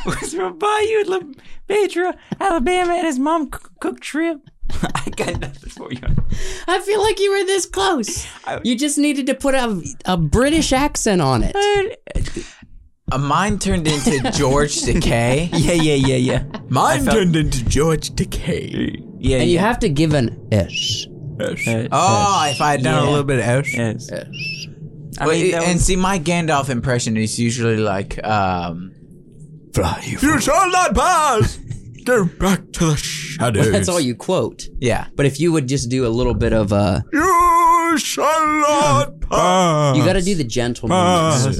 was from Bayou La Pedro, Alabama, and his mom c- cooked shrimp. I got nothing for you. I feel like you were this close. You just needed to put a, a British accent on it. Uh, mine turned into George Decay. Yeah, yeah, yeah, yeah. Mine turned into George Decay. Yeah, And you have to give an S. Yes. Oh, if I had done a Yeah. little bit of Ash. Uh, yes. I Well, mean, that and was- see, my Gandalf impression is usually like, um, Fly, you, shall not pass. Go back to the shadows. That's all you quote. yeah, But if you would just do a little bit of uh You shall not pass. you got to do the gentleman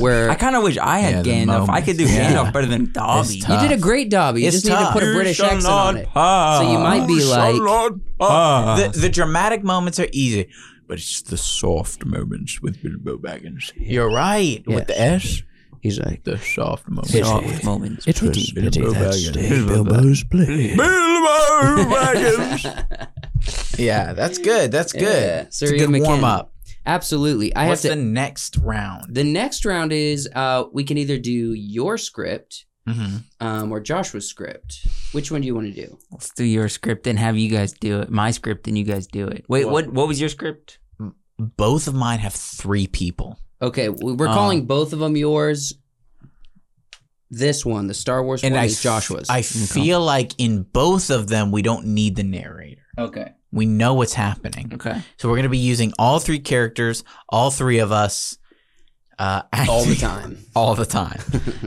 where I kind of wish I had Yeah, the Gandalf. I could do moments. Gandalf Yeah. better than Dobby. It's you tough. did a great job. You It's just need to tough. put a British accent on it. So you might be You shall like, not pass. the, the dramatic moments are easy. but it's the soft moments with Bilbo Baggins. You're right with the S. he's like, The soft moments. Soft moments. it was Pity, pity Bilbo that Baggins. day Bilbo Bilbo's play. Bilbo Baggins. Yeah, that's good. That's good. Yeah, it's Sir a Ian good McKellen. warm up. Absolutely. I What's have the to. next round? The next round is uh we can either do your script um, or Joshua's script. Which one do you want to do? Let's do your script and have you guys do it. My script and you guys do it. Wait, What? what? What was your script? Both of mine have three people. Okay, we- we're Um, calling both of them yours. This one, the Star Wars And one, I, is Joshua's. I feel like in both of them, we don't need the narrator. okay. We know what's happening. Okay. So we're going to be using all three characters, all three of us, uh, All the acting- time. all the time.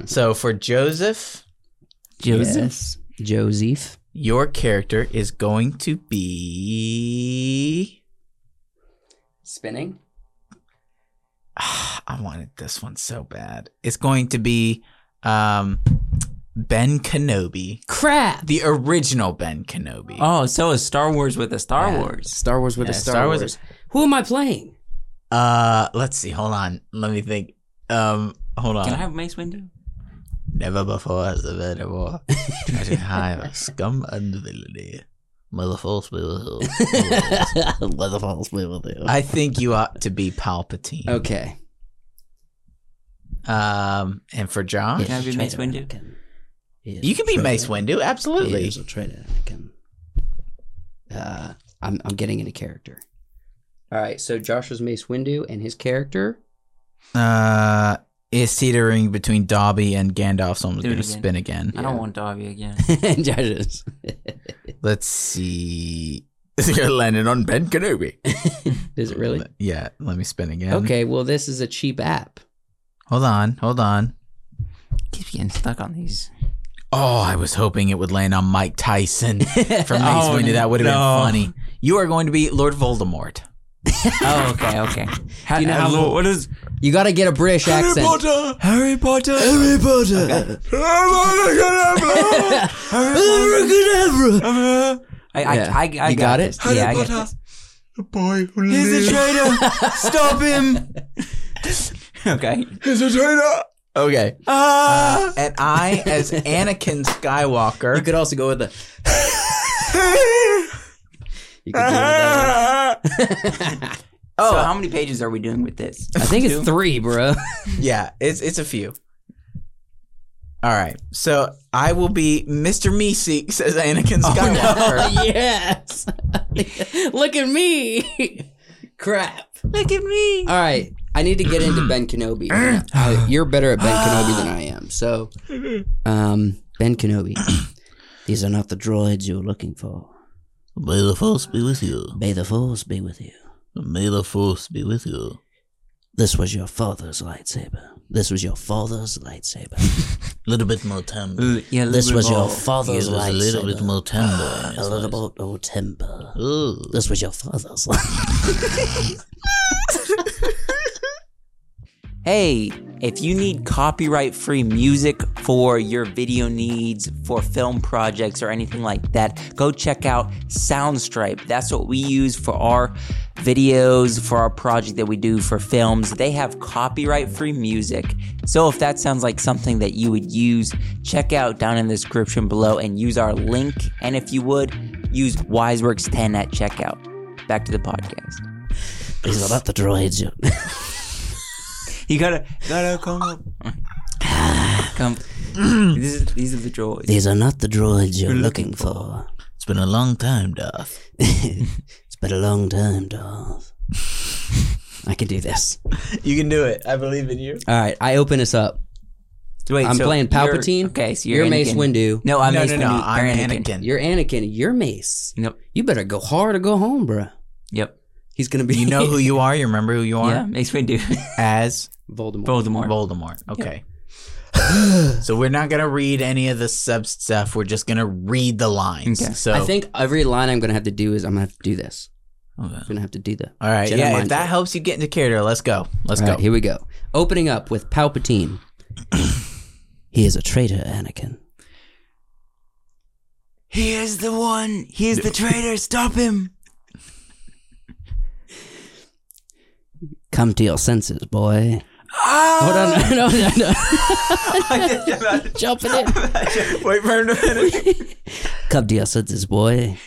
so for Joseph, Joseph. Yes. Joseph. your character is going to be. Spinning. I wanted this one so bad. It's going to be um, Ben Kenobi, Crap. the original Ben Kenobi. Oh, so is Star Wars with a Star Yeah. Wars. Star Wars with Yeah, a Star, Star Wars- Wars. Who am I playing? Uh, let's see. Hold on. Let me think. Um, hold on. Can I have Mace Windu? Never before has the been a war. Treasure hive of scum and villainy. Motherfalls we will Leatherfalls, we will do. I think you ought to be Palpatine. Okay. Um, and for John, Can I be Mace Windu? you can be Mace Windu. He Absolutely. is a traitor. I can- Uh, I'm, I'm getting into character. All right, so Josh was Mace Windu, and his character. Uh, is teetering between Dobby and Gandalf, so I'm Do it going to again. spin again. I don't want Dobby again. Josh's. Let's see. It's going to land it on Ben Kenobi. Is it really? Yeah, let me spin again. Okay, well, this is a cheap app. Hold on, hold on. Keeps getting stuck on these. Oh, I was hoping it would land on Mike Tyson from Mace Oh, Windu. That would have no. been funny. You are going to be Lord Voldemort. Oh, okay, okay. How, Do you know how- hello, what is You got to get a British accent. Potter! Harry Potter! Harry Potter! I, I, Yeah. I, I, You got this. it? Yeah, I got Harry this. The boy who He's a lives traitor. Stop him. okay. is a traitor. Okay. Ah. And I, as Anakin You Skywalker, could also go with the. You could do another one. oh, so how many pages are we doing with this? I think it's three, bro. yeah, it's it's a few. All right, so I will be Mr. Meeseeks as Anakin Skywalker. yes. Look at me. Crap. Look at me. All right. I need to get into Ben Kenobi. Uh, You're better at Ben Kenobi than I am. So, um, Ben Kenobi. These are not the droids you were looking for. May the force be with you. May the force be with you. May the force be with you. This was your father's lightsaber. This was your father's lightsaber. little bit more temper. L- yeah, This little was bit your more. father's Give us lightsaber. a little bit more temper. in A his little voice. bit more temper. Ooh. This was your father's lightsaber. Hey, if you need copyright free music for your video needs, for film projects, or anything like that, go check out Soundstripe. That's what we use for our videos, for our project that we do for films. They have copyright free music. So if that sounds like something that you would use, check out down in the description below and use our link. And if you would, use WiseWorks10 at checkout. Back to the podcast. These are not the droids you. You gotta gotta come up. come. this is, these are the droids. These are not the droids you're looking for. It's been a long time, Darth. it's been a long time, Darth. I can do this. you can do it. I believe in you. All right, I open this up. Wait, I'm so playing you're- Palpatine. okay, so you're, you're, Mace Anakin. Windu. No, I'm no, Mace no, Windu. no. you're I'm Anakin. Anakin. You're Anakin. You're Mace. Nope. You better go hard or go home, bruh. Yep. He's gonna be. You know who you are. You remember who you are Yeah, Mace Windu. as Voldemort. Voldemort. Voldemort. Okay. so we're not gonna read any of the sub stuff. We're just gonna read the lines. Okay. So I think every line I'm gonna have to do is I'm gonna have to do this. I'm gonna have to do that. All right. Jedi yeah. mind If that trick. helps you get into character, let's go. Let's All go. right, here we go. Opening up with Palpatine. he is a traitor, Anakin. He is the one. He is the traitor. Stop him. Come to your senses, boy. Hold Oh. on, no, no, no. Jumping in. Wait for him to finish. Come to your senses, boy.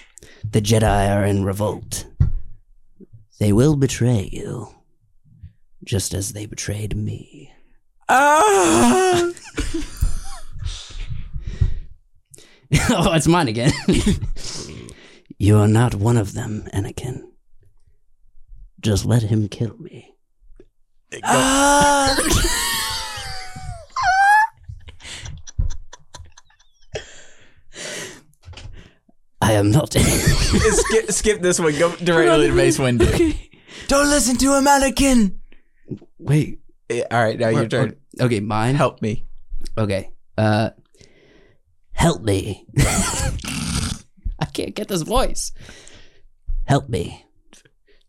The Jedi are in revolt. They will betray you, just as they betrayed me. Ah! oh, it's mine again. you are not one of them, Anakin. Just let him kill me. I am not. skip, skip this one. Go directly to Mace Windu. Don't listen to him, Anakin. Wait. Eh, All right. Now your turn. Okay, mine. Help me. Okay. Uh, help me. I can't get this voice. Help me.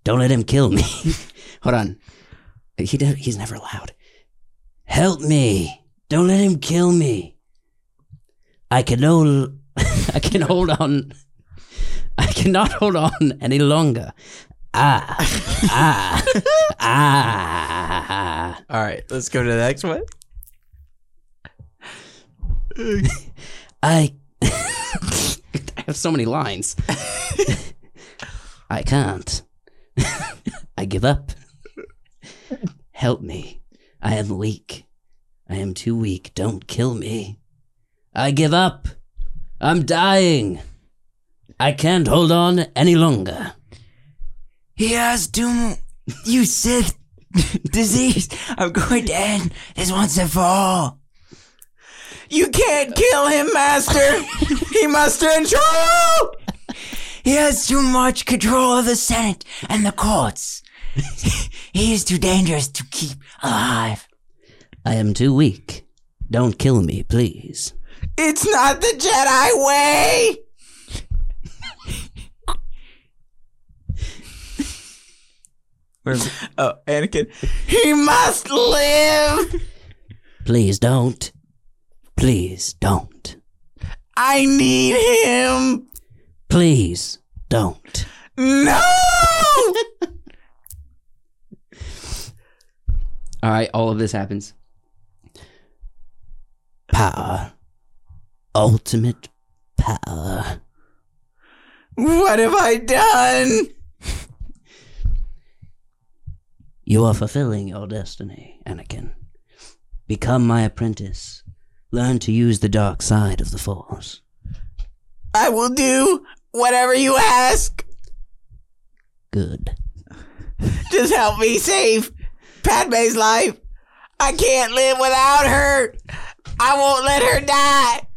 Don't let him kill me. Hold on. He does, he's never loud. Help me. Don't let him kill me. I can hold, I can hold on, I cannot hold on any longer. Ah, ah, ah. All right, let's go to the next one. I, I have so many lines. I can't. I give up. Help me. I am weak. I am too weak. Don't kill me. I give up. I'm dying. I can't hold on any longer. He has doom. You said disease. I'm going to end this once and for all. You can't kill him, Master. he must control. He has too much control of the Senate and the courts. he is too dangerous to keep alive. I am too weak. Don't kill me, please. It's not the Jedi way. Oh, Anakin. He must live. Please don't. Please don't. I need him. Please don't. No. All right, all of this happens. Power. Ultimate power. what have I done? You are fulfilling your destiny, Anakin. Become my apprentice. Learn to use the dark side of the Force. I will do whatever you ask. Good. Just help me save Padme's life. I can't live without her. I won't let her die.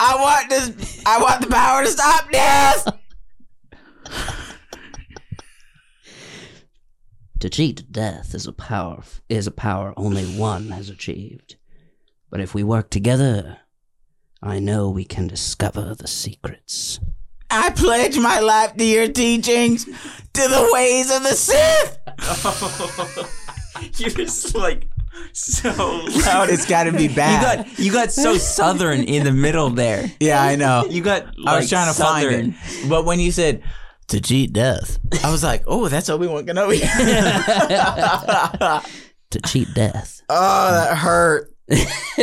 I want this. I want the power to stop this. To cheat death is a power is a power only one has achieved. But if we work together, I know we can discover the secrets. I pledge my life to your teachings, to the ways of the Sith. You're just like so Loud, it's got to be You bad. got you got so southern in the middle there. yeah, I know. You got. I was like, trying to southern. find it, but when you said to cheat death, I was like, oh, that's Obi Wan Kenobi. To cheat death. oh, that hurt. Oh,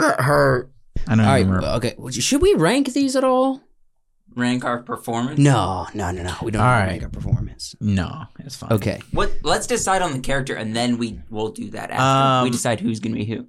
that hurt. I know. All right, okay. Should we rank these at all? Rank our performance. No, no, no, no. We don't All have to right. rank our performance. No, it's fine. Okay. What? Let's decide on the character, and then we will do that after we Um, decide who's gonna be who.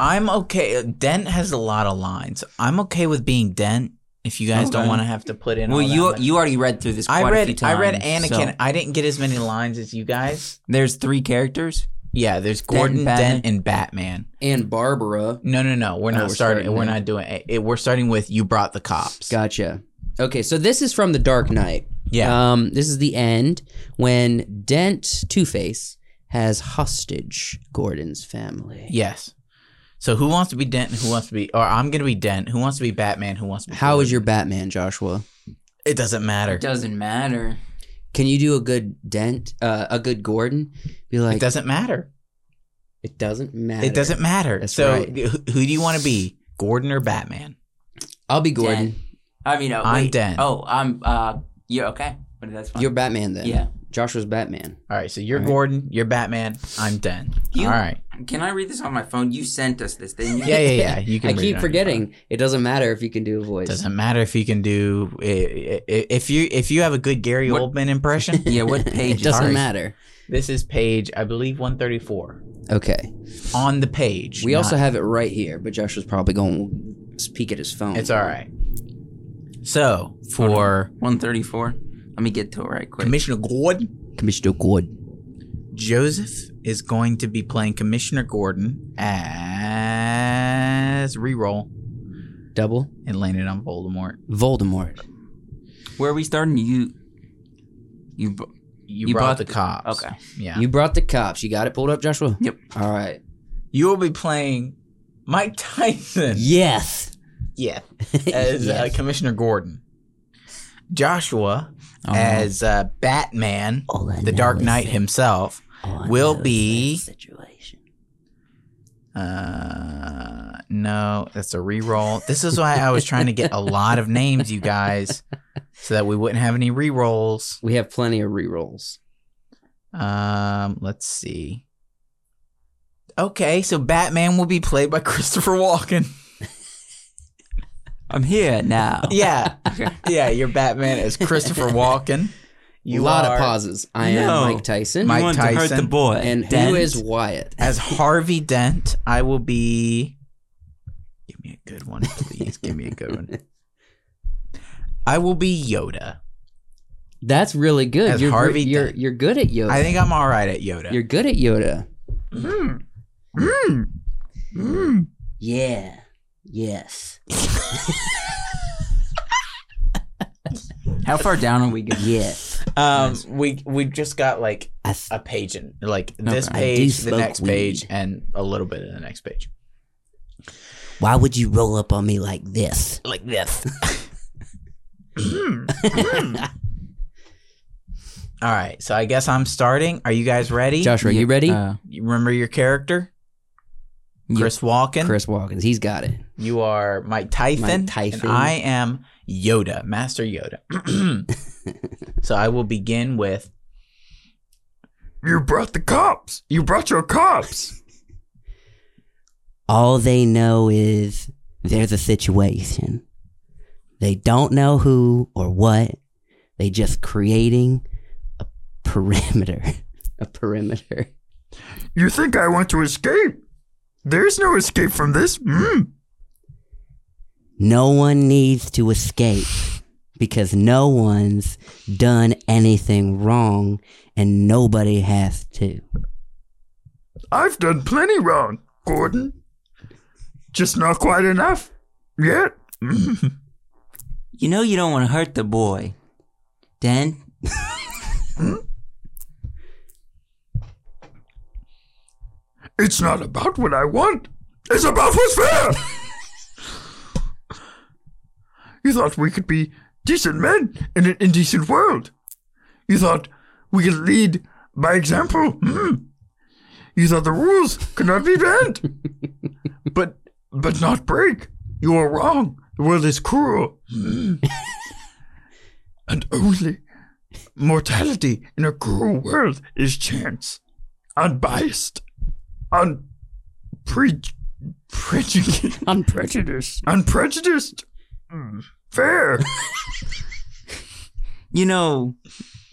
I'm okay. Dent has a lot of lines. I'm okay with being Dent. If you guys don't Okay. want to have to put in, Well, all that you much- you already read through this. Quite I a few read. I times, read Anakin. so- I didn't get as many lines as you guys. There's three characters. Yeah, there's Dent, Gordon, Batman. Dent, and Batman. And Barbara. No, no, no. We're Oh, not starting. we're starting we're there. not doing it. it. We're starting with you brought the cops. Gotcha. Okay, so this is from The Dark Knight. yeah. Um, this is the end when Dent Two Face has hostage Gordon's family. yes. So who wants to be Dent? and Who wants to be? Or I'm gonna be Dent. Who wants to be Batman? Who wants to be? How Gordon? is your Batman, Joshua? It doesn't matter. It doesn't matter. Can you do a good Dent, uh, a good Gordon? Be like, it doesn't matter. it doesn't matter. It doesn't matter. That's so right. who, who do you want to be? Gordon or Batman? I'll be Gordon. I mean, oh, I'm wait. Dan. Oh, I'm. Uh, you're okay. But that's fine. You're Batman then. Yeah. Joshua's Batman. All right, so you're All right. Gordon, you're Batman, I'm Den. You- All right. Can I read this on my phone? You sent us this, didn't you? Yeah, yeah, yeah. You can read it I on keep your phone. forgetting. It doesn't matter if you can do a voice. Doesn't matter if you can do i- i- i- if you if you have a good Gary What- Oldman impression. Yeah, what page? it doesn't Sorry. matter. This is page, I believe, 134 Okay. on the page. We not- also have it right here, but Josh was probably going to peek at his phone. it's all right. So for 134. Let me get to it right quick. Commissioner Gordon, Commissioner Gordon. Joseph is going to be playing Commissioner Gordon as reroll Double and landed on Voldemort. Voldemort. Where are we starting? You. You. b- You, You brought, brought the, the- cops. Okay. Yeah. You brought the cops. You got it pulled up, Joshua? Yep. All right. You will be playing Mike Tyson. Yes. Yeah. As uh, Yes. Commissioner Gordon. Joshua Oh, no. as uh, Batman, All I the know Dark is Knight that- himself. all I will know is be- that Situation. Uh, No, that's a reroll. This is why I was trying to get a lot of names, you guys, so that we wouldn't have any rerolls. We have plenty of rerolls. Um, let's see. Okay, so Batman will be played by Christopher Walken. I'm here now. Yeah, yeah, your Batman is Christopher Walken. A lot are of pauses. I No. am Mike Tyson. Mike you want to Tyson hurt the boy. and Dent. who is Wyatt? as Harvey Dent. I will be. Give me a good one, please. Give me a good one. I will be Yoda. That's really good. As you're Harvey you're Dent. you're good at Yoda. I think I'm all right at Yoda. you're good at Yoda. Hmm, Yeah. Yes. How far down are we going? Yes. Um, we we just got like I th- a page in like this I do page, the smoke next weed. page, and a little bit of the next page. Why would you roll up on me like this? Like this. All right, so I guess I'm starting. Are you guys ready? Josh, are you ready? Uh, you remember your character, Yeah. Chris Walken. Chris Walkins, he's got it. You are Mike Typhon. Mike and Typhon. I am Yoda, Master Yoda. so I will begin with You brought the cops. You brought your cops. all they know is there's a situation. They don't know who or what. They just creating a perimeter. A perimeter. You think I want to escape? There's no escape from this. Mm. No one needs to escape because no one's done anything wrong and nobody has to. I've done plenty wrong, Gordon. Just not quite enough yet. you know you don't want to hurt the boy. Dent. It's not about what I want. It's about what's fair. you thought we could be decent men in an indecent world. You thought we could lead by example. Hmm. You thought the rules could not be bent, but but not break. You are wrong. The world is cruel, Hmm. and only mortality in a cruel world is chance, unbiased un pre prejudiced Unprejudiced. unprejudiced Mm, fair You know,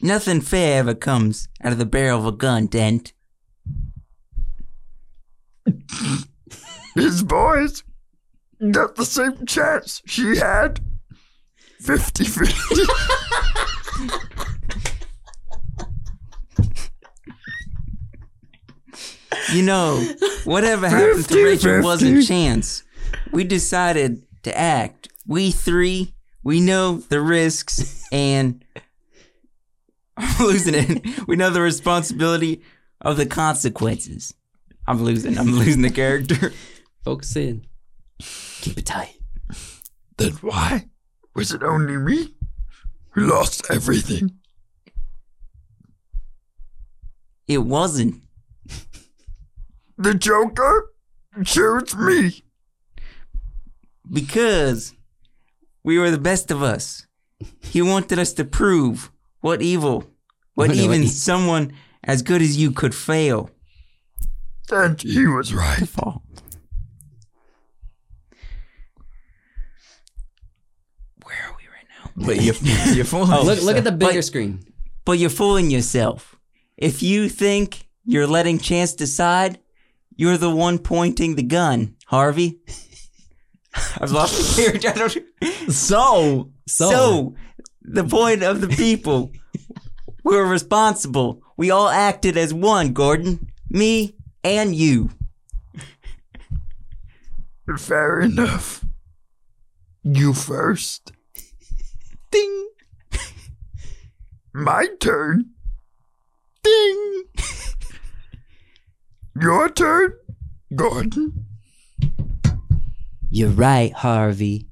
nothing fair ever comes out of the barrel of a gun, Dent. his boys got the same chance she had 50 50 You know, whatever happened to Rachel wasn't chance. We decided to act. We three, we know the risks and I'm losing it. We know the responsibility of the consequences. I'm losing. I'm losing the character. Focus in. Keep it tight. then why was it only me who lost everything It wasn't. the joker chose me because we were the best of us. He wanted us to prove what evil, what What evil even e- someone as good as you could fail. and he was right Where are we right now? But you you're fooling. look look at the bigger Like- screen. But you're fooling yourself. If you think you're letting chance decide, you're the one pointing the gun, Harvey. I've lost the character. I don't- so So, the point of the people, we were responsible. We all acted as one, Gordon, me, and you. fair enough you first Ding. My turn. Ding. Your turn, Gordon. You're right, Harvey.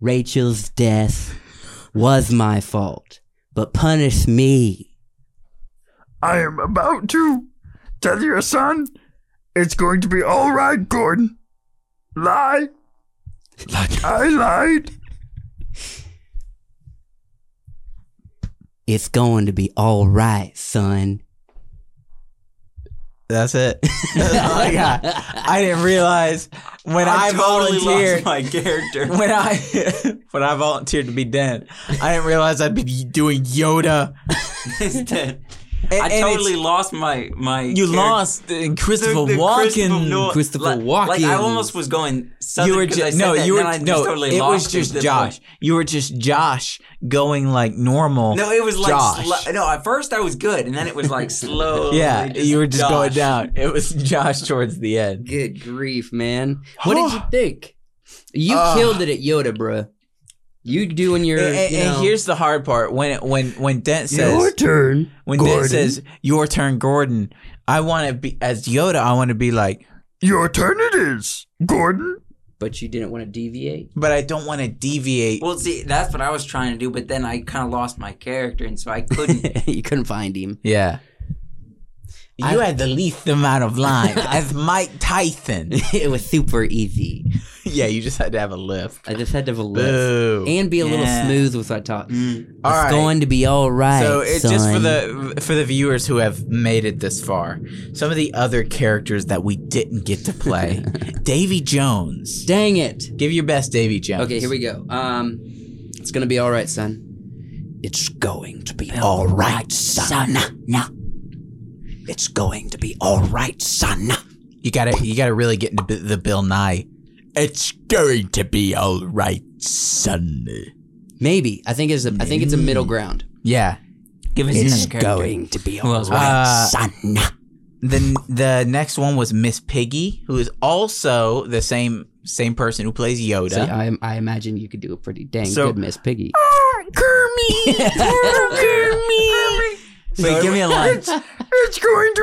Rachel's death was my fault, but punish me. I am about to tell your son it's going to be all right, Gordon. Lie. Like I lied. It's going to be all right, son. That's it. That's all I got. I didn't realize when I, volunteered my character. when I when I volunteered to be dead, I didn't realize I'd be doing Yoda. Instead, And, I and totally it's- lost my my. you character. lost in Christopher The- the Christopher Walken. Nolan- Christopher like, Like I Walken. almost was going. Southern you were 'cause I just said no, that, you were and then I just no. totally it lost was just this Josh. point. You were just Josh going like normal. No, it was like Josh. sli- no. At first I was good, and then it was like slow. yeah, Uh, you were just going down. It was Josh towards the end. Good grief, man. What did you think? You Uh. killed it at Yoda, bruh. You doing your. And, and- you and know- here's the hard part when when when Dent says turn. when Dent says your turn, Gordon. I want to be as Yoda. I want to be like, Your turn it is, Gordon. But you didn't want to deviate? but I don't want to deviate. Well, see, that's what I was trying to do, but then I kind of lost my character, and so I couldn't. you couldn't find him. yeah. You had the least amount of line as Mike Tyson. it was super easy. yeah, you just had to have a lift. I just had to have a lift. Boo. Mm. And be a little Yeah. smooth with what I taught. It's All right. going to be all right. so it's son. just for the for the viewers who have made it this far. Some of the other characters that we didn't get to play. Davy Jones. Dang it. Give your best Davy Jones. Okay, here we go. Um, it's gonna be all right, son. It's going to be All right, son. It's going to be all right, son. You gotta you gotta really get into the Bill Nye. It's going to be all right, son. Maybe I think it's a I think it's a middle ground. Yeah. Give us another character. to be Who else? Uh, son. the the next one was Miss Piggy, who is also the same same person who plays Yoda. So I, I imagine you could do a pretty dang So- good Miss Piggy. Oh, Wait, give me a line. Scroll up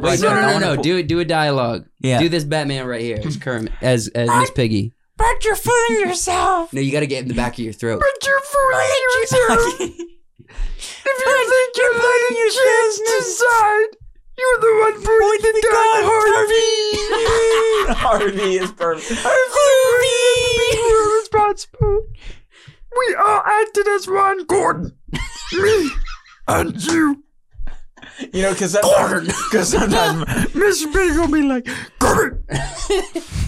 Wait, right no, there. I no, no, wanna no. pull- Do it. Do a dialogue. Yeah. Do this Batman right here as Kermit as as Miss Piggy. But you're fooling yourself. No, you got to get in the back of your throat. Harvey is perfect. We all acted as one, Gordon. Me and you. You know, because sometimes, 'cause sometimes Miss Big will be like, Gordon,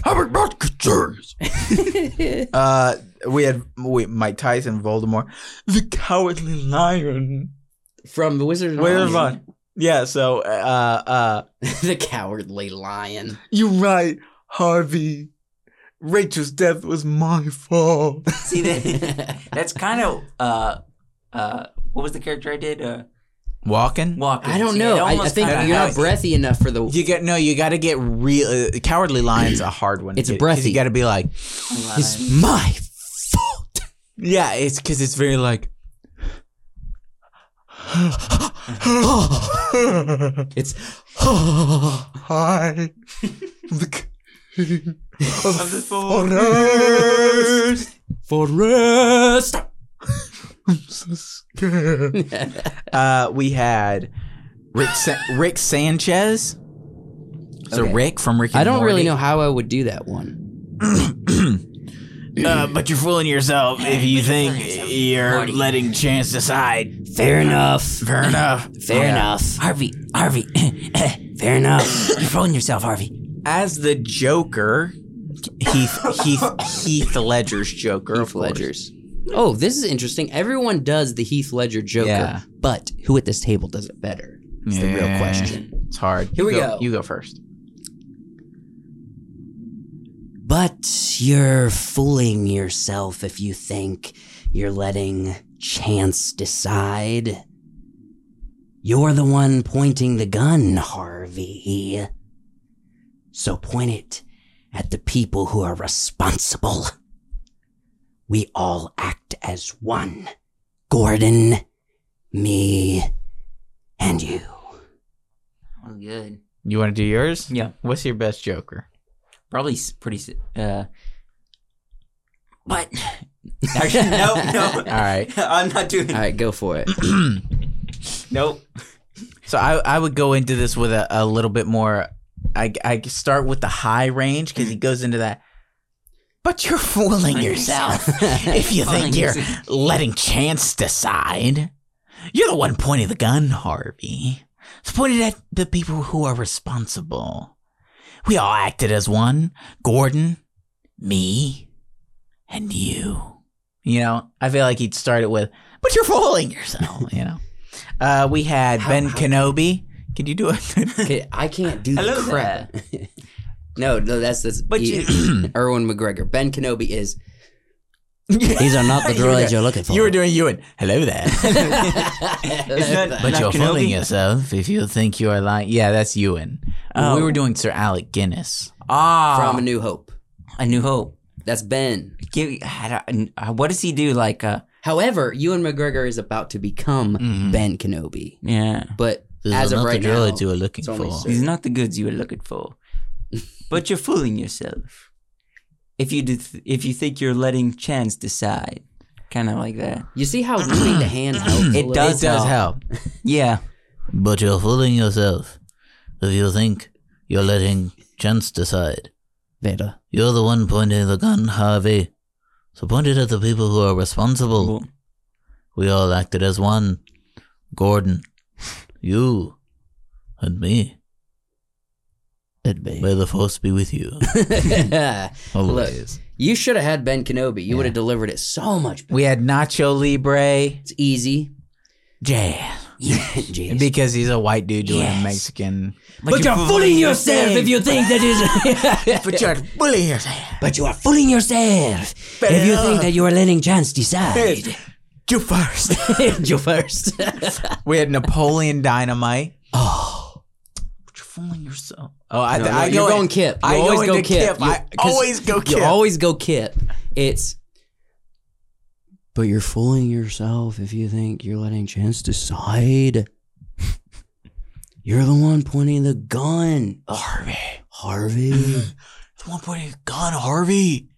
I'm about to get serious. uh, we had we, Mike Tyson, Voldemort, the Cowardly Lion. From the Wizard of Where Oz. is mine? Yeah. So, uh, uh, the Cowardly Lion. you're right, Harvey. Rachel's death was my fault. See that? That's kind of uh uh. What was the character I did? Uh, Walking. walking. I don't know. I, I think kinda you're not has- breathy enough for the You get no. You got to get real. Uh, cowardly lion's a hard one. to It's get, 'cause breathy. You got to be like, It's my fault. Yeah, it's because it's very like. It's Hi. of the four. Forrest. Uh, we had Rick Sa- Rick Sanchez. So Okay. Rick from Rick. And I don't really Morty. know how I would do that one. Uh, but you're fooling yourself if you think you're letting chance decide. Fair enough. Fair enough. Fair enough. Harvey, Harvey, Fair enough. you're fooling yourself, Harvey. As the Joker, Heath Heath Heath Ledger's Joker. of Heath course. Ledger's. Oh, this is interesting. Everyone does the Heath Ledger Joker, Yeah. but who at this table does it better? It's the real Yeah. question. It's hard. Here we You go. You go first. But you're fooling yourself if you think you're letting chance decide. You're the one pointing the gun, Harvey. So point it at the people who are responsible. We all act as one Gordon, me, and you. Oh, good. You want to do yours? Yeah. What's your best Joker? probably s- pretty. s- Uh, but actually, no, no. All right. I'm not doing. All right, go for it. Nope. So I I would go into this with a, a little bit more. I I start with the high range because he goes into that But you're fooling yourself if you Fooling think you're letting chance decide. You're the one pointing the gun, Harvey. It's pointed at the people who are responsible. We all acted as one Gordon, me, and you. You know, I feel like he'd start it with, but you're fooling yourself, you know? Uh, we had Ben Kenobi. Could you do it? Okay, I can't do Hello crap. no, no, that's that's. But he- Erwin McGregor, Ben Kenobi is. These are not the You were droids doing- you're looking for. You were doing Ewan. Hello there. But Not you're fooling Kenobi? yourself if you think you are lying. Yeah, that's Ewan. Oh. We were doing Sir Alec Guinness. Ah, from A New Hope. A New Hope. That's Ben. Give, I don't- uh, what does he do? Like, uh, However, Ewan McGregor is about to become Ben Kenobi, yeah, but as of right now, you are looking it's only for. Sir. he's not the goods you were looking for. but you're fooling yourself if you do th- if you think you're letting chance decide, kind of like that. you see how moving the hand helps. a It little? does It does help. Yeah, But you're fooling yourself if you think you're letting chance decide. Vader. You're the one pointing the gun, Harvey. So point it at the people who are responsible. Well, We all acted as one. Gordon, you, and me. It'd be. May the force be with you. Always. you should have had Ben Kenobi. You would have delivered it so much. better. We had Nacho Libre. It's easy. Jazz. Jeez. Because he's a white dude doing Yes. a Mexican. But you're fooling yourself if you think that is. But you're bullying yourself. but you are fooling yourself if you think that you are letting chance decide. You first. you first. we had Napoleon Dynamite. Oh. But you're fooling yourself. Oh, I, No, I you're go going Kip. You I always go, go into Kip. Kip. You- I 'cause always go Kip. you always go Kip. It's. But you're fooling yourself if you think you're letting chance decide. You're the one pointing the gun, Oh, Harvey. Harvey. It's one point he's gone, Harvey.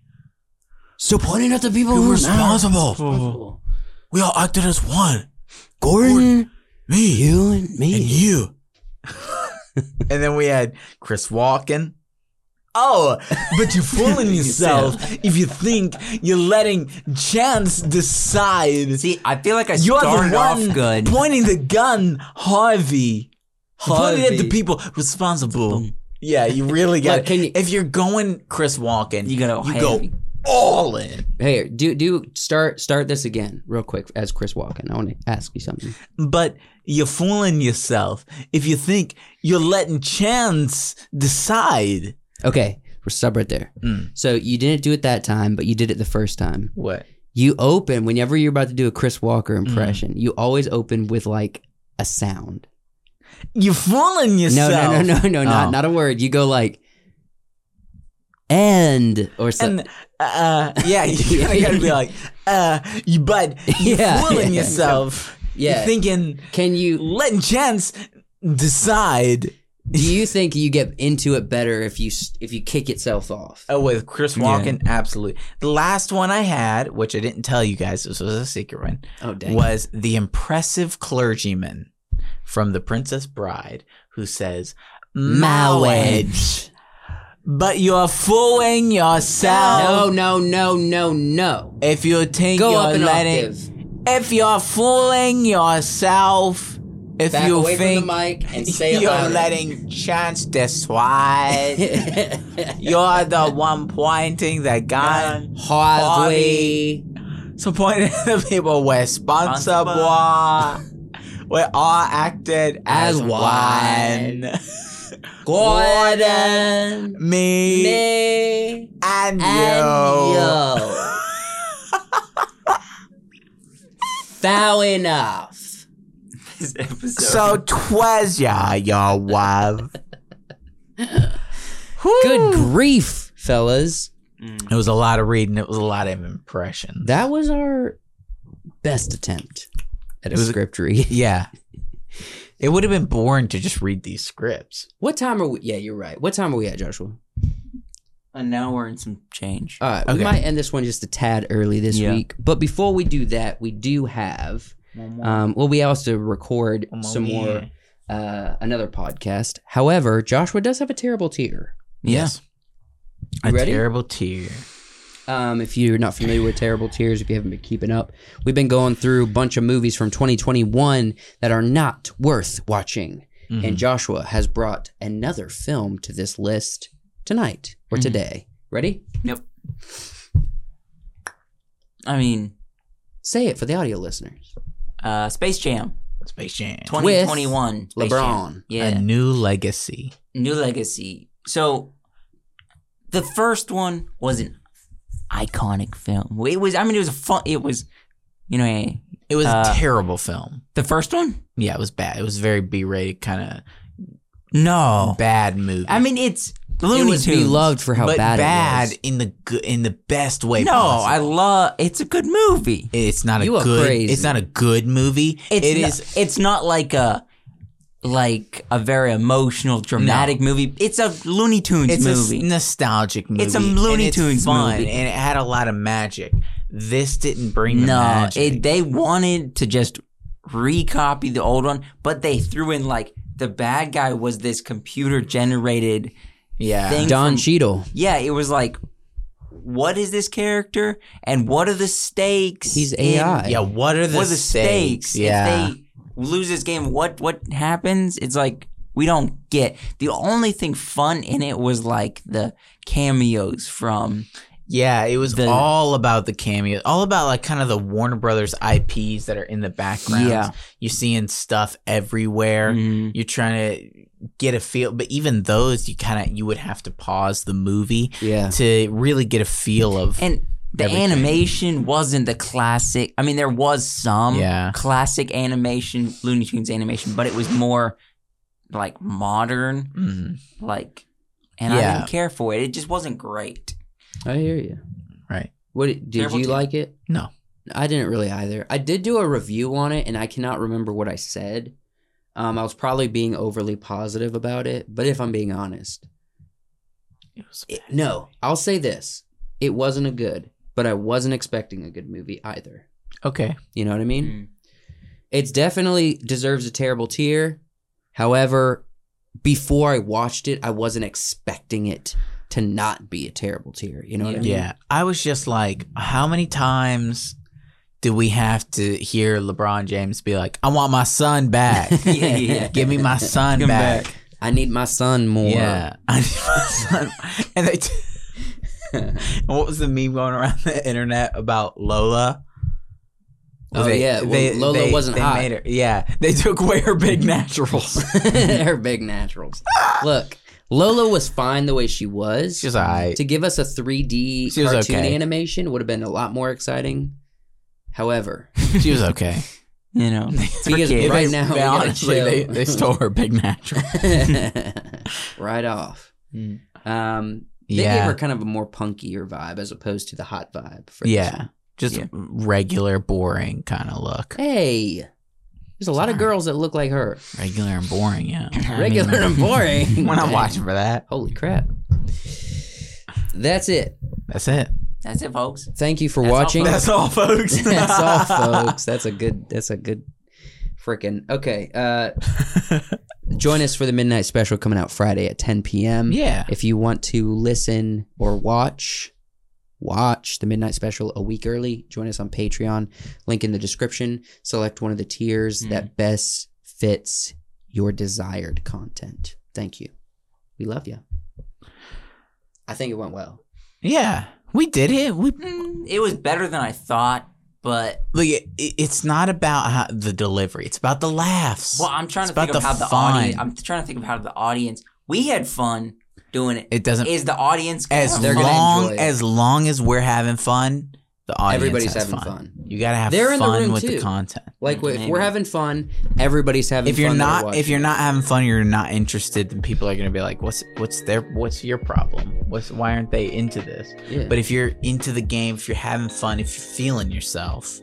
so pointing at the people who You're are not responsible. responsible. We all acted as one. Gordon, Me you and me. and you. and then we had Chris Walken. Oh, but you're fooling yourself if you think you're letting chance decide. see, I feel like I You're started the one off good. pointing the gun, Harvey. Harvey. Pointing at the people responsible. Yeah, you really got Look, it. can you- if you're going Chris Walken, You gotta you go heavy. all in. Hey, do do start start this again real quick as Chris Walken. I want to ask you something. But you're fooling yourself if you think you're letting chance decide. Okay, we're stop right there. Mm. So you didn't do it that time, but you did it the first time. What? You open whenever you're about to do a Chris Walker Mm. impression. You always open with like a sound. You're fooling No, yourself. no, no, no, no, Oh. not not a word. You go like and or something. And uh, yeah, you gotta, gotta be like, uh, you, but you're Yeah, fooling yeah. yourself. Yeah. You're thinking, Can you letting chance decide. do you think you get into it better if you s- if you kick itself off? Oh, with Chris Walken, absolutely. The last one I had, which I didn't tell you guys, this was a secret one, Oh dang. was the impressive clergyman from The Princess Bride who says, "Marriage, but you're fooling No, yourself no, no, no, no. if you think Go you're up an letting. octave. If you're fooling yourself, if Back you away think from the mic and say it you're louder. letting chance decide." You're the one pointing the gun. Hardly. So pointing at the people responsible. we all acted as, As one. one. Gordon. Me, Me. and, And you. yo. Foul enough. This episode. So twas ya your wife. Good grief, fellas. Mm. It was a lot of reading. It was a lot of impressions. That was our best attempt at a script read. yeah. It would have been boring to just read these scripts. What time are we? Yeah, you're right. What time are we at, Joshua? an hour and some change. All right, we Okay. might end this one just a tad early this Yeah. week. But before we do that, we do have. Um, well, we also record One more, some more, yeah. uh, another podcast. However, Joshua does have a terrible tear. Yeah. a You ready? terrible tear. Um, if you're not familiar with Terrible Tears, if you haven't been keeping up, we've been going through a bunch of movies from 2021 that are not worth watching. Mm-hmm. And Joshua has brought another film to this list tonight Mm-hmm. or today. Ready? I mean, Say it for the audio listeners. uh, Space Jam Space Jam. 2021. Space Jam. LeBron. Yeah. A new legacy. New Legacy. So the first one was an iconic film. It was I mean it was a fun it was you know eh, It was Uh, a terrible film. the first one? Yeah, it was bad. It was very B-rated, kind No. of bad movie. I mean it's It Looney was Tunes. beloved for how but bad, it was. in the good, in the best way. no, possible. I love it's a good movie. It's not a You are good. crazy. It's not a good movie. It's It not, is- it's not like a like a very emotional dramatic movie. It's a Looney Tunes It's movie. a s- nostalgic movie. It's a and Looney Tunes fun, movie. and it had a lot of magic. This didn't bring the No, magic. it, they wanted to just recopy the old one, but they threw in like the bad guy was this computer generated yeah. thing. Don from- Cheadle. yeah, it was like, what is this character and what are the stakes? He's in- AI. yeah. What are the, what are the stakes? Yeah. If they lose this game, what what happens? It's like we don't get the only thing fun in it was like the cameos from yeah. It was the- all about the cameos. All about like kind of the Warner Brothers IPs that are in the background. Yeah. Mm-hmm. You're seeing stuff everywhere. You're trying to get a feel, but even those, you kind of you would have to pause the movie Yeah. to really get a feel of. And the Everything. animation wasn't the classic. I mean, there was some Yeah. classic animation, Looney Tunes animation, but it was more like modern, Mhm. like, and I Yeah. didn't care for it. It just wasn't great. I hear you. Right. What did Terrible you team. like it? No. I didn't really either. I did do a review on it, and I cannot remember what I said. Um, I was probably being overly positive about it, but if I'm being honest, it- no, I'll say this: it wasn't a good, but I wasn't expecting a good movie either. Okay. You know what I mean? Mm. It's definitely deserves a terrible tier. However, before I watched it, I wasn't expecting it to not be a terrible tier. You know what I mean? Yeah. I was just like, how many times do we have to hear LeBron James be like, I want my son back? Yeah, yeah, yeah. Give me my son Give him back. back. I need my son more. Yeah. I need my son. And they t- what was the meme going around the internet about Lola? Oh, yeah. Well, Lola wasn't hot. her, yeah. They took away her big naturals. They're big naturals. Look, Lola was fine the way she was. She was all right. to give us a 3D She was cartoon okay. animation would have been a lot more exciting. However, She was okay. You know, it's for Because kids. right now, They we gotta honestly, they, chill. they stole her big natural. right off. Um, they gave Mm. Yeah. her kind of a more punkier vibe as opposed to the hot vibe. For this Yeah. one. Just Yeah. regular, boring kind of look. Hey, there's a lot of girls that look like her. Regular and boring, yeah. Regular and boring. We're not Dang. watching for that. Holy crap. That's it. That's it. That's it, folks. Thank you for That's all, watching. folks. all, folks. that's all, folks. That's a good. That's a good. Freaking okay. Uh, join us for the midnight special coming out Friday at 10 p.m. Yeah. If you want to listen or watch, watch the midnight special a week early. Join us on Patreon. Link in the description. Select one of the tiers Mm-hmm. that best fits your desired content. Thank you. We love you. I think it went well. Yeah. We did it. We It was better than I thought, but Mm. look. It, it's not about how, the delivery. It's about the laughs. well, I'm trying It's to about think of the how the fun. audience. I'm trying to think of how the audience. We had fun doing it. it doesn't. Is the audience gonna as have They're fun? gonna long enjoy it. as long as we're having fun, the audience Everybody's has having fun. You gotta have They're in the fun room, with too. the content. Like if we're Maybe. having fun, everybody's having. If you're fun that are not if watching. you're not having fun, or you're not interested, then people are gonna be like, "What's what's their what's your problem? What's why aren't they into this?" Yeah. But if you're into the game, if you're having fun, if you're feeling yourself,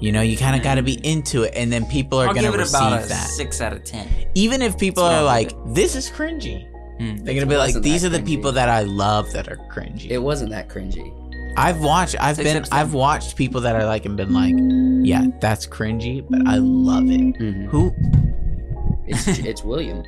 you know, you kind of got to be into it, and then people are I'll going give to it receive about a that. six out of ten. Even if people That's what are I'll like, give "This is cringy," Hmm. they're going to be like, wasn't "These that are the cringy. people that I love that are cringy." it wasn't that cringy. I've watched, I've Six out been, of ten. I've watched people that are like, and been like, "Yeah, that's cringy," but I love it. Mhm. Who It's, it's William.